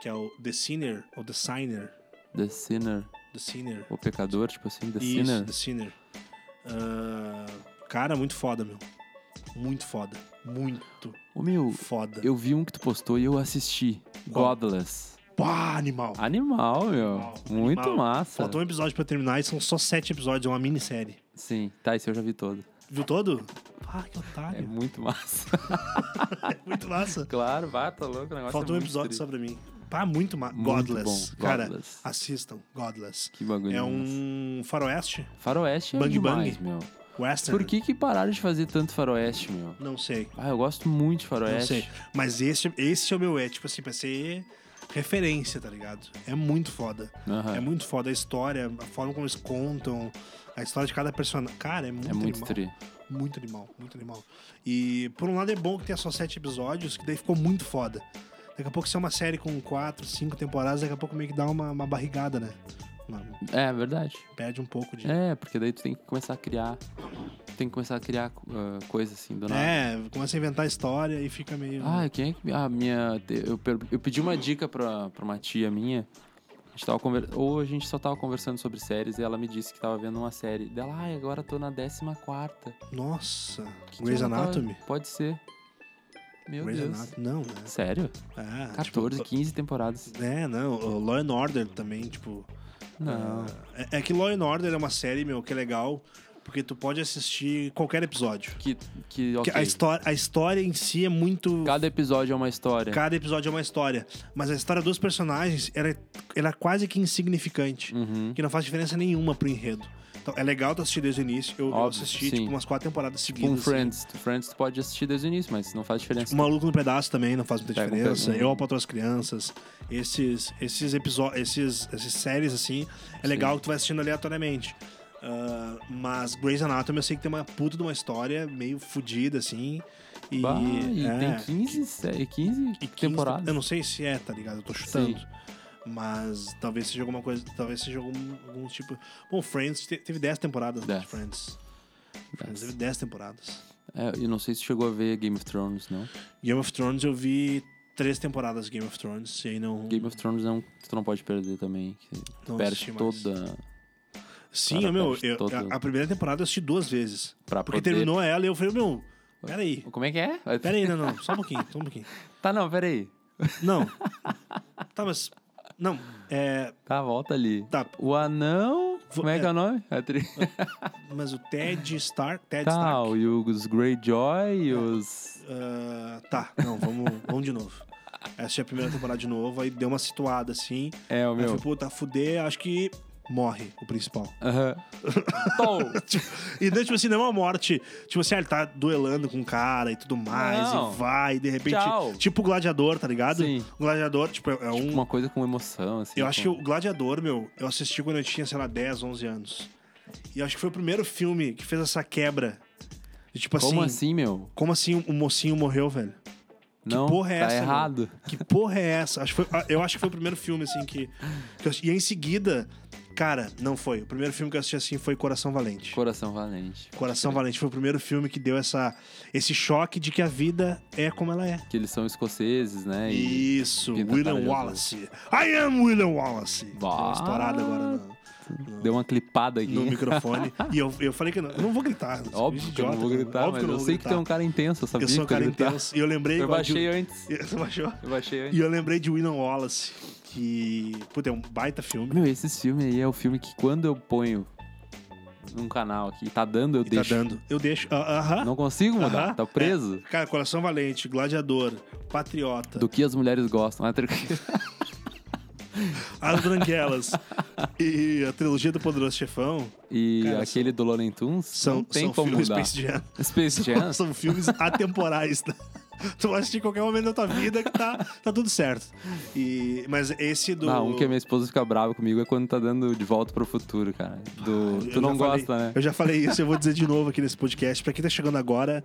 S1: que é o The Sinner, ou The Signer.
S2: The Sinner.
S1: The Sinner.
S2: O pecador, tipo assim, The
S1: Isso,
S2: Sinner.
S1: The Sinner. Ah, cara, muito foda, meu. Muito foda. Muito
S2: Ô, meu,
S1: foda.
S2: eu vi um que tu postou e eu assisti.
S1: Qual?
S2: Godless.
S1: Pá, animal.
S2: Ah, Animal, meu.
S1: Animal,
S2: Muito
S1: animal.
S2: massa.
S1: Faltou um episódio pra terminar e são só sete episódios, é uma minissérie.
S2: Sim, tá, esse eu já vi todo.
S1: Viu todo? Ah, que
S2: É
S1: otário.
S2: muito massa.
S1: É muito massa.
S2: claro, bata louco, o negócio
S1: Faltou
S2: é
S1: um
S2: muito
S1: episódio
S2: tri.
S1: só pra mim. Pá, muito massa.
S2: Muito
S1: Godless.
S2: bom,
S1: Cara,
S2: Godless.
S1: assistam. Godless.
S2: Que bagulho.
S1: É
S2: massa.
S1: um faroeste?
S2: Faroeste é
S1: Bang
S2: demais,
S1: Bang.
S2: meu.
S1: Western?
S2: Por que que pararam de fazer tanto faroeste, meu?
S1: Não sei.
S2: Ah, eu gosto muito de
S1: Não
S2: faroeste.
S1: sei. Mas esse, esse é o meu é, tipo assim, pra ser referência, tá ligado? É muito foda.
S2: Aham.
S1: É muito foda a história, a forma como eles contam, a história de cada personagem. Cara, é muito,
S2: É muito
S1: animal.
S2: tri.
S1: Muito animal, muito animal. E por um lado é bom que tenha só sete episódios, que daí ficou muito foda. Daqui a pouco se é uma série com quatro, cinco temporadas, daqui a pouco meio que dá uma, uma barrigada, né? Uma-
S2: É verdade.
S1: perde um pouco de.
S2: É, porque daí tu tem que começar a criar. Tem que começar a criar ah, coisa assim do nada.
S1: É, começa a inventar história e fica meio.
S2: Ah, quem é que. A minha. Eu, per- eu pedi uma dica pra, pra uma tia minha A gente tava conver... Ou a gente só tava conversando sobre séries e ela me disse que tava vendo uma série. Dela, ai, agora tô na 14 quarta.
S1: Nossa. Grey's Anatomy?
S2: Pode ser. é um Meu
S1: Grey's
S2: Deus.
S1: Anatomy. Não, né?
S2: Sério?
S1: Ah, tipo,
S2: 14, 15 temporadas.
S1: É, não. o Law and Order também, tipo.
S2: Não.
S1: ah, É, é que Law and Order é uma série, meu, que é legal, porque tu pode assistir qualquer episódio.
S2: Que, que,
S1: Porque
S2: ok.
S1: A, história, a história em si é muito.
S2: Cada episódio é uma história.
S1: Cada episódio é uma história. Mas a história dos personagens ela é, ela é quase que insignificante.
S2: Uhum.
S1: Que não faz diferença nenhuma pro enredo. Então é legal tu assistir desde o início. Eu, eu
S2: Óbvio, sim.
S1: assisti
S2: um
S1: tipo, umas quatro temporadas seguidas.
S2: Com
S1: assim. Tipo,
S2: Friends. Friends tu pode assistir desde o início, mas não faz diferença.
S1: O Maluco no Pedaço também não faz muita
S2: Pega um
S1: diferença.
S2: pedaço.
S1: Eu, a Patroa as Crianças. Esses, esses episódios, esses, essas séries, assim, é legal que tu vai assistindo aleatoriamente. Ah, mas Grey's Anatomy eu sei que tem uma puta de uma história meio fodida, assim. E,
S2: Bah, Ah, e
S1: é,
S2: tem 15, sé- 15,
S1: e 15
S2: temporadas.
S1: Eu não sei se é, tá ligado? Eu tô chutando.
S2: Sim.
S1: Mas talvez seja alguma coisa. Talvez seja algum, algum tipo. Bom, Friends te- teve 10 temporadas, né?
S2: Dez.
S1: Friends.
S2: Dez.
S1: Friends teve 10 temporadas.
S2: É, eu não sei se chegou a ver Game of Thrones, não.
S1: Game of Thrones eu vi três temporadas de Game of Thrones e aí não.
S2: Game of Thrones é um que tu não pode perder também. que
S1: Não assisti
S2: perde
S1: mais.
S2: toda.
S1: Sim,
S2: Cara,
S1: eu, meu,
S2: perde
S1: eu-
S2: todo.
S1: a, a primeira temporada eu assisti duas vezes.
S2: Pra
S1: Porque
S2: poder...
S1: terminou ela e eu falei, meu, peraí.
S2: Como é que é?
S1: Peraí, não, não, só um pouquinho, só um pouquinho.
S2: Tá, não, peraí.
S1: Não. Tá, mas. Não, é.
S2: Tá, volta ali.
S1: Tá,
S2: O anão. Como é que é o nome? A tri-
S1: mas o Ted Stark. Ted
S2: Tá,
S1: Stark. É.
S2: e os Greyjoy e os.
S1: Ah, tá, não, vamos, vamos de novo. Eu Assisti a primeira temporada de novo, aí deu uma situada assim.
S2: É, o
S1: Aí eu
S2: meu.
S1: falei, puta, fuder, acho que morre o principal.
S2: Aham. Tom!
S1: Tipo, e daí, tipo assim, não é uma morte. Tipo assim, ah, ele tá duelando com o cara e tudo mais,
S2: Não.
S1: e vai, e de repente.
S2: Tchau.
S1: Tipo o gladiador, tá ligado?
S2: Sim.
S1: O gladiador, tipo, é um.
S2: Uma coisa com emoção, assim.
S1: Eu acho tipo, que
S2: com-
S1: o Gladiador, meu, eu assisti quando eu tinha, sei lá, 10, 11 anos. E eu acho que foi o primeiro filme que fez essa quebra. De, tipo
S2: Como
S1: assim,
S2: assim, meu?
S1: como assim o mocinho morreu, velho?
S2: Não,
S1: porra é
S2: tá
S1: essa, meu?
S2: errado.
S1: Que porra é essa? Acho que foi- eu acho que foi o primeiro filme, assim, que. que eu assisti. e em seguida, cara, não foi. O primeiro filme que eu assisti assim foi Coração Valente.
S2: Coração valente.
S1: Coração Valente foi o primeiro filme que deu essa, esse choque de que a vida é como ela é.
S2: Que eles são escoceses, né? E...
S1: Isso,
S2: Pinta
S1: William
S2: Tarja
S1: Wallace. I am William Wallace. Deu uma
S2: Bah.
S1: estourada agora no,
S2: Deu uma clipada aqui.
S1: no microfone. E eu, eu falei que não, eu não vou gritar. eu sou
S2: Óbvio que eu não vou
S1: idiota, né?
S2: gritar, mas
S1: óbvio que
S2: eu,
S1: não vou
S2: sei que
S1: gritar.
S2: tu é um cara intenso, eu sabia
S1: Eu sou um
S2: que tu ia
S1: cara
S2: gritar.
S1: intenso. E eu lembrei.
S2: Eu
S1: igual de- um-
S2: baixei antes.
S1: Você baixou?
S2: Eu baixei antes.
S1: E eu lembrei de William Wallace, que. Puta, é um baita filme.
S2: Meu, esse filme aí é o filme que quando eu ponho num canal aqui, tá dando, eu
S1: E
S2: deixo.
S1: tá dando. Eu deixo. Ah, Aham.
S2: Não consigo mudar,
S1: Aham. é.
S2: tá preso.
S1: Cara, Coração Valente, Gladiador, Patriota,
S2: Do que as mulheres gostam. né?
S1: As Branquelas e a trilogia do Poderoso Chefão
S2: E
S1: Cara,
S2: aquele do Looney Tunes
S1: são,
S2: não tem
S1: são
S2: como
S1: filmes
S2: mudar.
S1: Space Jam.
S2: Space Jam?
S1: São, são filmes atemporais. né? Tu vai assistir em qualquer momento da tua vida que tá, tá tudo certo. E, mas esse do.
S2: Ah, um que a minha esposa fica brava comigo é quando tá dando de volta pro futuro, cara. Do...
S1: Ah, Eu
S2: tu não
S1: já falei-
S2: gosta, né?
S1: Eu já falei isso, eu vou dizer de novo aqui nesse podcast. Pra quem tá chegando agora,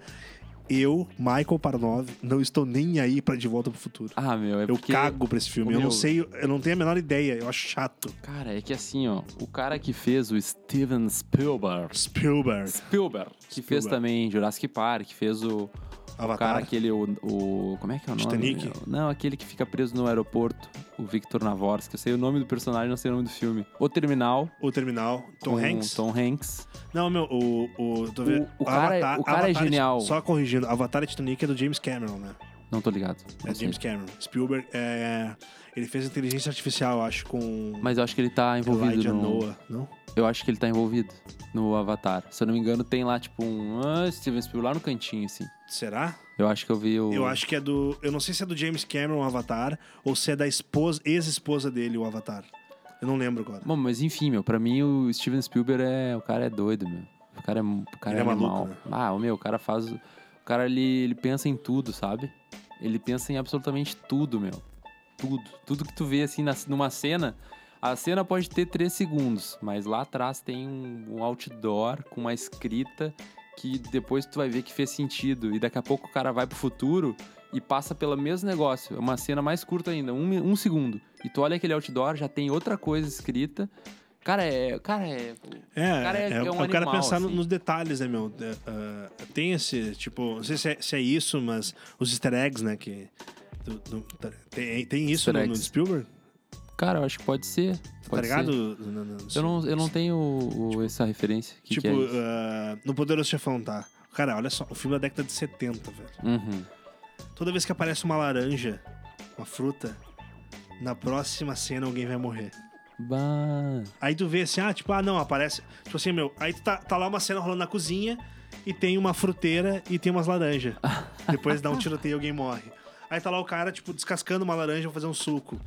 S1: eu, Michael Parnov, não estou nem aí pra De Volta pro Futuro.
S2: Ah, meu, é
S1: eu
S2: porque.
S1: cago pra esse filme. Eu
S2: Meu-
S1: não sei, eu não tenho a menor ideia, eu acho chato.
S2: Cara, é que assim, ó, o cara que fez o Steven Spielberg.
S1: Spielberg,
S2: Spielberg. Que fez
S1: Spielberg.
S2: também Jurassic Park, fez o, o cara
S1: Avatar.
S2: aquele, o, o- Como é que é o nome?
S1: Titanic?
S2: meu? Não, aquele que fica preso no aeroporto, o Victor Navorsky. Eu sei o nome do personagem, não sei o nome do filme. O Terminal.
S1: O Terminal, Tom
S2: com
S1: Hanks.
S2: Tom Hanks.
S1: Não, meu, o. O, tô
S2: O-
S1: vendo.
S2: o cara é- o cara é genial.
S1: Só corrigindo, Avatar e Titanic é do James Cameron, né?
S2: Não tô ligado. não
S1: É
S2: sei.
S1: James Cameron. Spielberg é. Ele fez inteligência artificial, eu acho, com.
S2: Mas eu acho que ele tá envolvido
S1: Elijah
S2: no.
S1: Noah, não?
S2: Eu acho que ele tá envolvido no Avatar. Se eu não me engano, tem lá tipo um ah, Steven Spielberg lá no cantinho, assim.
S1: Será?
S2: Eu acho que eu vi o.
S1: Eu acho que é do. Eu não sei se é do James Cameron o Avatar ou se é da esposa, ex-esposa dele o Avatar. Eu não lembro agora.
S2: Bom, mas enfim, meu, pra mim o Steven Spielberg é. O cara é doido, meu. O cara é, o cara
S1: Ele é maluco,
S2: animal.
S1: né?
S2: Ah, o meu, o cara faz. O cara, ele, ele pensa em tudo, sabe? Ele pensa em absolutamente tudo, meu. Tudo. Tudo que tu vê, assim, nas- numa cena. A cena pode ter três segundos, mas lá atrás tem um, um outdoor com uma escrita que depois tu vai ver que fez sentido. E daqui a pouco o cara vai pro futuro e passa pelo mesmo negócio. É uma cena mais curta ainda, um, mi- um segundo. E tu olha aquele outdoor, já tem outra coisa escrita. Cara, é. Cara, é.
S1: É,
S2: cara é-
S1: é,
S2: é um
S1: o cara
S2: animal,
S1: pensar no-
S2: assim.
S1: nos detalhes, né, meu? É, ah, tem esse, tipo, não sei se é, se é isso, mas os easter eggs, né? Que, do- do- tem, tem isso
S2: Easter
S1: no, no
S2: eggs.
S1: Spielberg?
S2: Cara, eu acho que pode ser.
S1: tá
S2: Pode
S1: ligado?
S2: Ser.
S1: Não, não, não.
S2: Eu não, eu não tenho o- o- essa referência. Que que
S1: tipo,
S2: é isso?
S1: ah, no Poderoso Chefão, tá? Cara, olha só, o filme é da década de 70, velho.
S2: Uhum.
S1: Toda vez que aparece uma laranja, uma fruta, na próxima cena alguém vai morrer.
S2: Bah.
S1: Aí tu vê assim, ah, tipo, ah, não, aparece. Tipo assim, meu, aí tu tá, tá lá uma cena rolando na cozinha e tem uma fruteira e tem umas laranjas. Depois dá um tiroteio e alguém morre. Aí tá lá o cara, tipo, descascando uma laranja pra fazer um suco.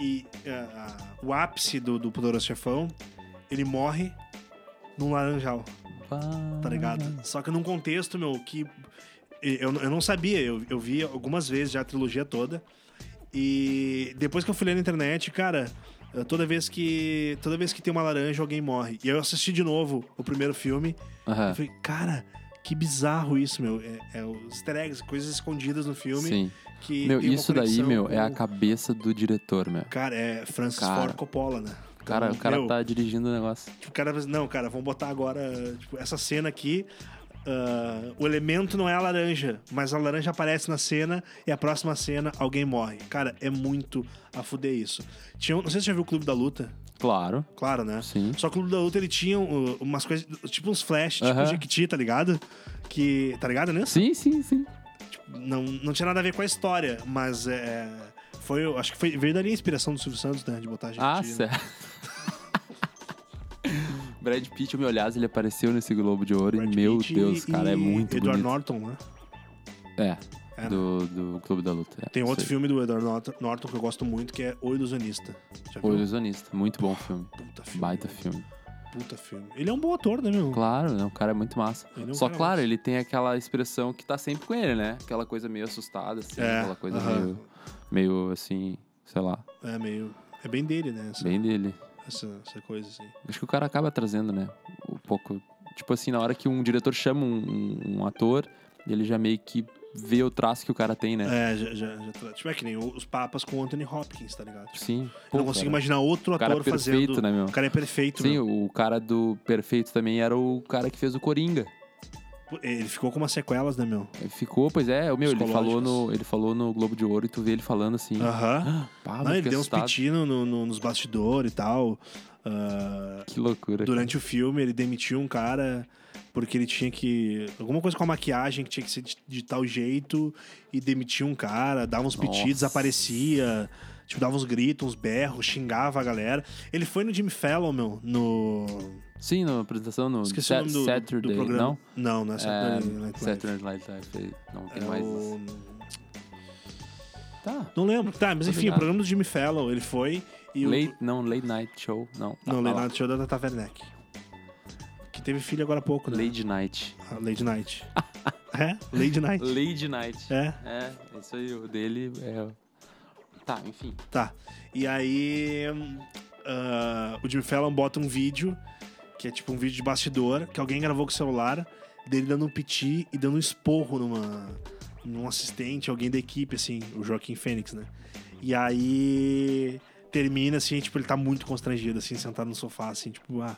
S1: E ah, ah, o ápice do, do Poderoso Chefão, ele morre num laranjal,
S2: bah.
S1: tá ligado?
S2: Uhum.
S1: Só que num contexto, meu, que eu, eu não sabia, eu, eu vi algumas vezes já a trilogia toda. E depois que eu fui ler na internet, cara, eh, toda vez que toda vez que tem uma laranja, alguém morre. E aí eu assisti de novo o primeiro filme
S2: Aham.
S1: e falei, cara, que bizarro isso, meu. É, é o easter eggs, coisas escondidas no filme.
S2: Sim.
S1: Que
S2: Meu,
S1: tem uma
S2: isso daí,
S1: conexão
S2: meu, é
S1: com-
S2: a cabeça do diretor, meu.
S1: Cara, é Francis
S2: Cara.
S1: Ford Coppola, né? Então,
S2: Cara, o cara
S1: meu,
S2: tá dirigindo o negócio.
S1: tipo, o cara fala assim, não, cara, vamos botar agora tipo, essa cena aqui. ah, o elemento não é a laranja, mas a laranja aparece na cena e a próxima cena alguém morre. Cara, é muito a fuder isso. Tinha, um- não sei se você já viu o Clube da Luta,
S2: Claro,
S1: claro, né?
S2: sim.
S1: Só que o Clube da Luta ele tinha uh, umas coisas, tipo uns flash, tipo
S2: Aham.
S1: o Jequiti, tá ligado? Que, tá ligado, né?
S2: Sim, sim, sim.
S1: Não, não tinha nada a ver com a história, mas é, foi, eu acho que foi, veio dali a inspiração do Silvio Santos, né? De botar Jequiti.
S2: Ah,
S1: né?
S2: certo. Brad Pitt, eu me olhasse, ele apareceu nesse Globo de Ouro
S1: Brad
S2: e, meu
S1: Pitt
S2: Deus,
S1: e-
S2: cara, é muito
S1: Edward
S2: bonito.
S1: Norton, né?
S2: É,
S1: É, né?
S2: do, do Clube da Luta. é,
S1: Tem outro
S2: isso aí.
S1: filme do Edward Norton- Norton que eu gosto muito, que é O Ilusionista. Já viu?
S2: O Ilusionista, muito bom filme.
S1: Puta né? filme.
S2: Baita
S1: né?
S2: filme.
S1: Puta filme. Ele é um bom ator, né, meu?
S2: Claro, né? O cara é muito massa.
S1: Ele é um
S2: Só,
S1: cara
S2: claro,
S1: massa.
S2: ele tem aquela expressão que tá sempre com ele, né? Aquela coisa meio assustada, assim.
S1: É,
S2: aquela coisa
S1: aham.
S2: meio, meio, assim, sei lá,
S1: É meio... É bem dele, né? Essa,
S2: bem dele.
S1: essa, essa coisa, assim.
S2: Acho que o cara acaba trazendo, né? Um pouco. Tipo assim, na hora que um diretor chama um, um- um ator, ele já meio que vê o traço que o cara tem, né?
S1: É, já, já, já tra- Tipo, é que nem o- os papas com o Anthony Hopkins, tá ligado? Tipo,
S2: Sim.
S1: eu
S2: Pô,
S1: não consigo
S2: cara,
S1: imaginar outro
S2: o cara
S1: ator
S2: é perfeito,
S1: fazendo...
S2: né, meu?
S1: O cara é perfeito,
S2: Sim,
S1: meu.
S2: o cara do Perfeito também era o cara que fez o Coringa.
S1: Ele ficou com umas sequelas, né, meu?
S2: Ele Ficou, pois é, o meu, ele falou,
S1: Psicológicas.
S2: no, ele falou no Globo de Ouro e tu vê ele falando assim.
S1: Aham.
S2: "Ah, pá,
S1: Não,
S2: eu
S1: ele
S2: fiquei
S1: deu uns
S2: assustado."
S1: pitinos no- no- nos bastidores e tal. Ah,
S2: Que loucura.
S1: Durante o filme, ele demitiu um cara porque ele tinha que. Alguma coisa com a maquiagem que tinha que ser de, de tal jeito. E demitiu um cara, dava uns
S2: Nossa.
S1: pedidos, desaparecia. Tipo, dava uns gritos, uns berros, xingava a galera. Ele foi no Jimmy Fallon, meu, no.
S2: Sim, na apresentação no
S1: Esqueci
S2: Sa-
S1: o nome do, do- do
S2: Saturday,
S1: programa.
S2: não?
S1: não, não é Saturday
S2: É,
S1: Night Live.
S2: Saturday Night Live. Não tem
S1: É
S2: mais
S1: o-
S2: isso. Tá.
S1: Não lembro. Tá, mas
S2: Tô
S1: enfim,
S2: ligado.
S1: o programa do Jimmy Fallon, ele foi. E o-
S2: Late, não, Late Night Show, não. tá,
S1: Não,
S2: tá
S1: Leonardo
S2: lá.
S1: Night Show da Tata Werneck. Que teve filho agora há pouco, né?
S2: Lady Night.
S1: Ah, Lady Night. é? Lady Night.
S2: Lady Night.
S1: É.
S2: É, isso aí, o dele é. Tá, enfim.
S1: Tá. E aí. hum, ah, o Jimmy Fallon bota um vídeo, que é tipo um vídeo de bastidor, que alguém gravou com o celular, dele dando um piti e dando um esporro numa, num assistente, alguém da equipe, assim, o Joaquim Fênix, né? E aí. Termina assim, tipo, ele tá muito constrangido, assim, sentado no sofá, assim, tipo, ah,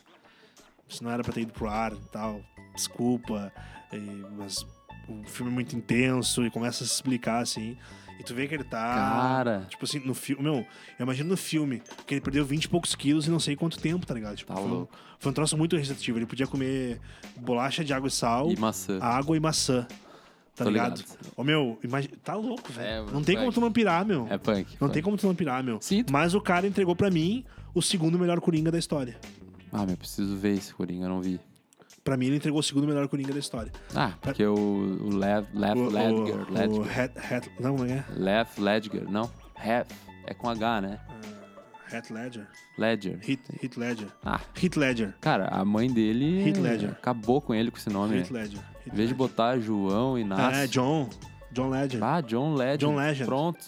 S1: isso não era pra ter ido pro ar e tal, desculpa, e- mas o filme é muito intenso e começa a se explicar, assim, e tu vê que ele tá.
S2: Cara.
S1: Tipo assim, no filme. Meu, eu imagino no filme, porque ele perdeu 20 e poucos quilos e não sei quanto tempo, tá ligado? Tipo,
S2: Tá
S1: foi, um,
S2: louco.
S1: foi um troço muito restritivo. Ele podia comer bolacha de água e sal,
S2: E maçã.
S1: água e maçã. Ah, Tá
S2: Tô
S1: ligado?
S2: ligado.
S1: Ô, meu, imagina. Tá louco, velho.
S2: É,
S1: não tem
S2: é.
S1: como tu não pirar, meu.
S2: É punk.
S1: não
S2: punk.
S1: tem como tu não pirar, meu.
S2: Sim, tu-
S1: Mas o cara entregou pra mim o segundo melhor coringa da história.
S2: Ah, meu, preciso ver esse Coringa, eu não vi.
S1: Pra mim, ele entregou o segundo melhor coringa da história.
S2: Ah, porque o, o Lev, Lev
S1: É. o,
S2: Ledger,
S1: o, o
S2: Ledger.
S1: Hat, Hat, não, não é?
S2: Lev Ledger, não. Hef. É com H, né?
S1: Hat Ledger.
S2: Ledger.
S1: Hit, Hit Ledger.
S2: Ah,
S1: Hit Ledger.
S2: cara, a mãe dele
S1: Heath Ledger.
S2: acabou com ele com esse nome.
S1: Hit
S2: né?
S1: Ledger.
S2: Em vez de botar João, Inácio.
S1: Ah, é, John. John Ledger.
S2: Ah, John Ledger.
S1: John Legend.
S2: Pronto.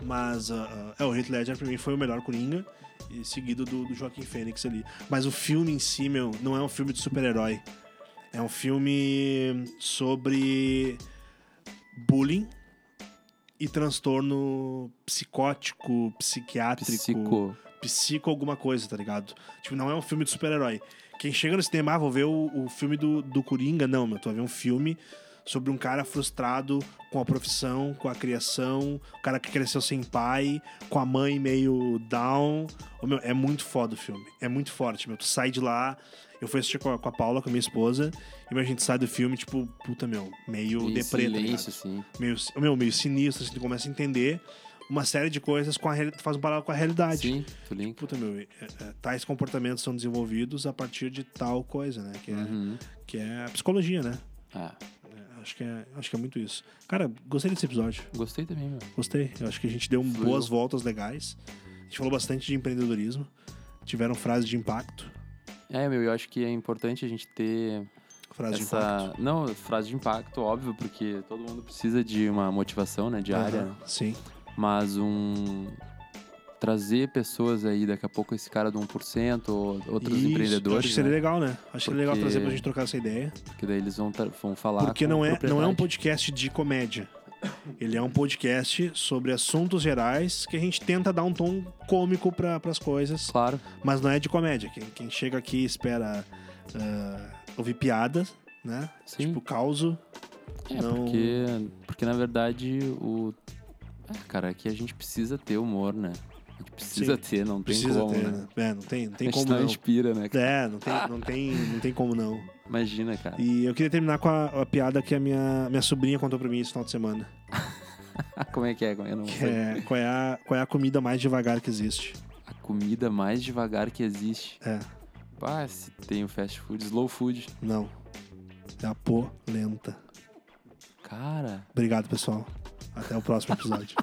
S1: Mas ah, ah, é, o Heath Ledger pra mim foi o melhor Coringa, e seguido do, do Joaquim Fênix ali. Mas o filme em si, meu, não é um filme de super-herói. É um filme sobre bullying e transtorno psicótico, psiquiátrico,
S2: Psico.
S1: psico alguma coisa, tá ligado? Tipo, não é um filme de super-herói. Quem chega no cinema, ah, vou ver o, o filme do, do Coringa, não, meu, tu vai ver um filme sobre um cara frustrado com a profissão, com a criação, o cara que cresceu sem pai, com a mãe meio down. Ô, meu, é muito foda o filme. É muito forte, meu. Tu sai de lá. Eu fui assistir com a, com a Paula, com a minha esposa, e meu, a gente sai do filme, tipo, puta, meu, meio
S2: Em
S1: deprê, tá ligado?
S2: silêncio, assim.
S1: meio, meu, meio sinistro, assim, tu começa a entender uma série de coisas com a reali- tu faz um paralelo com a realidade.
S2: Sim, tu linka.
S1: Puta, meu, é, é, tais comportamentos são desenvolvidos a partir de tal coisa, né? Que é,
S2: Uhum.
S1: que é a psicologia, né?
S2: Ah,
S1: É, Acho que, é, acho que é muito isso. Cara, gostei desse episódio.
S2: gostei também, meu.
S1: Gostei. Eu acho que a gente deu um
S2: Fluiu.
S1: boas voltas legais. A gente falou bastante de empreendedorismo. Tiveram frases de impacto.
S2: É, meu, eu acho que é importante a gente ter
S1: Frase de impacto.
S2: essa. Não, frase de impacto, óbvio, porque todo mundo precisa de uma motivação, né, diária.
S1: Aham, Sim.
S2: Mas um. Trazer pessoas aí, daqui a pouco esse cara do 1%, ou outros
S1: Isso, eu
S2: empreendedores.
S1: Acho que seria
S2: né?
S1: legal, né? Acho que seria legal
S2: Porque-
S1: trazer pra gente trocar essa ideia.
S2: Porque daí eles vão, tra- vão falar.
S1: Porque
S2: com
S1: não é, não é um
S2: propriedade.
S1: podcast de comédia. Ele é um podcast sobre assuntos gerais que a gente tenta dar um tom cômico para as coisas,
S2: Claro,
S1: mas não é de comédia. Quem, quem chega aqui e espera ah, ouvir piadas, né?
S2: sim.
S1: Tipo, causo.
S2: É,
S1: não-
S2: porque, porque na verdade o. Ah, cara, aqui a gente precisa ter humor, né? A gente precisa
S1: Sim,
S2: ter, não tem
S1: Precisa
S2: como,
S1: ter,
S2: né?
S1: né? É, não tem, não
S2: A
S1: tem
S2: gente
S1: como
S2: não
S1: não.
S2: inspira, né? cara?
S1: É, não tem, não, tem, não tem como não.
S2: Imagina, cara.
S1: É. E eu queria terminar com a, a piada que a minha, minha sobrinha contou pra mim esse final de semana.
S2: como é que é? Como é? Eu não
S1: Que
S2: sei.
S1: é, qual, é a, qual é a comida mais devagar que existe?
S2: A comida mais devagar que existe.
S1: É,
S2: Ah, se tem o fast food, slow food.
S1: não. É a pô lenta.
S2: Cara,
S1: Obrigado, pessoal. Até o próximo episódio.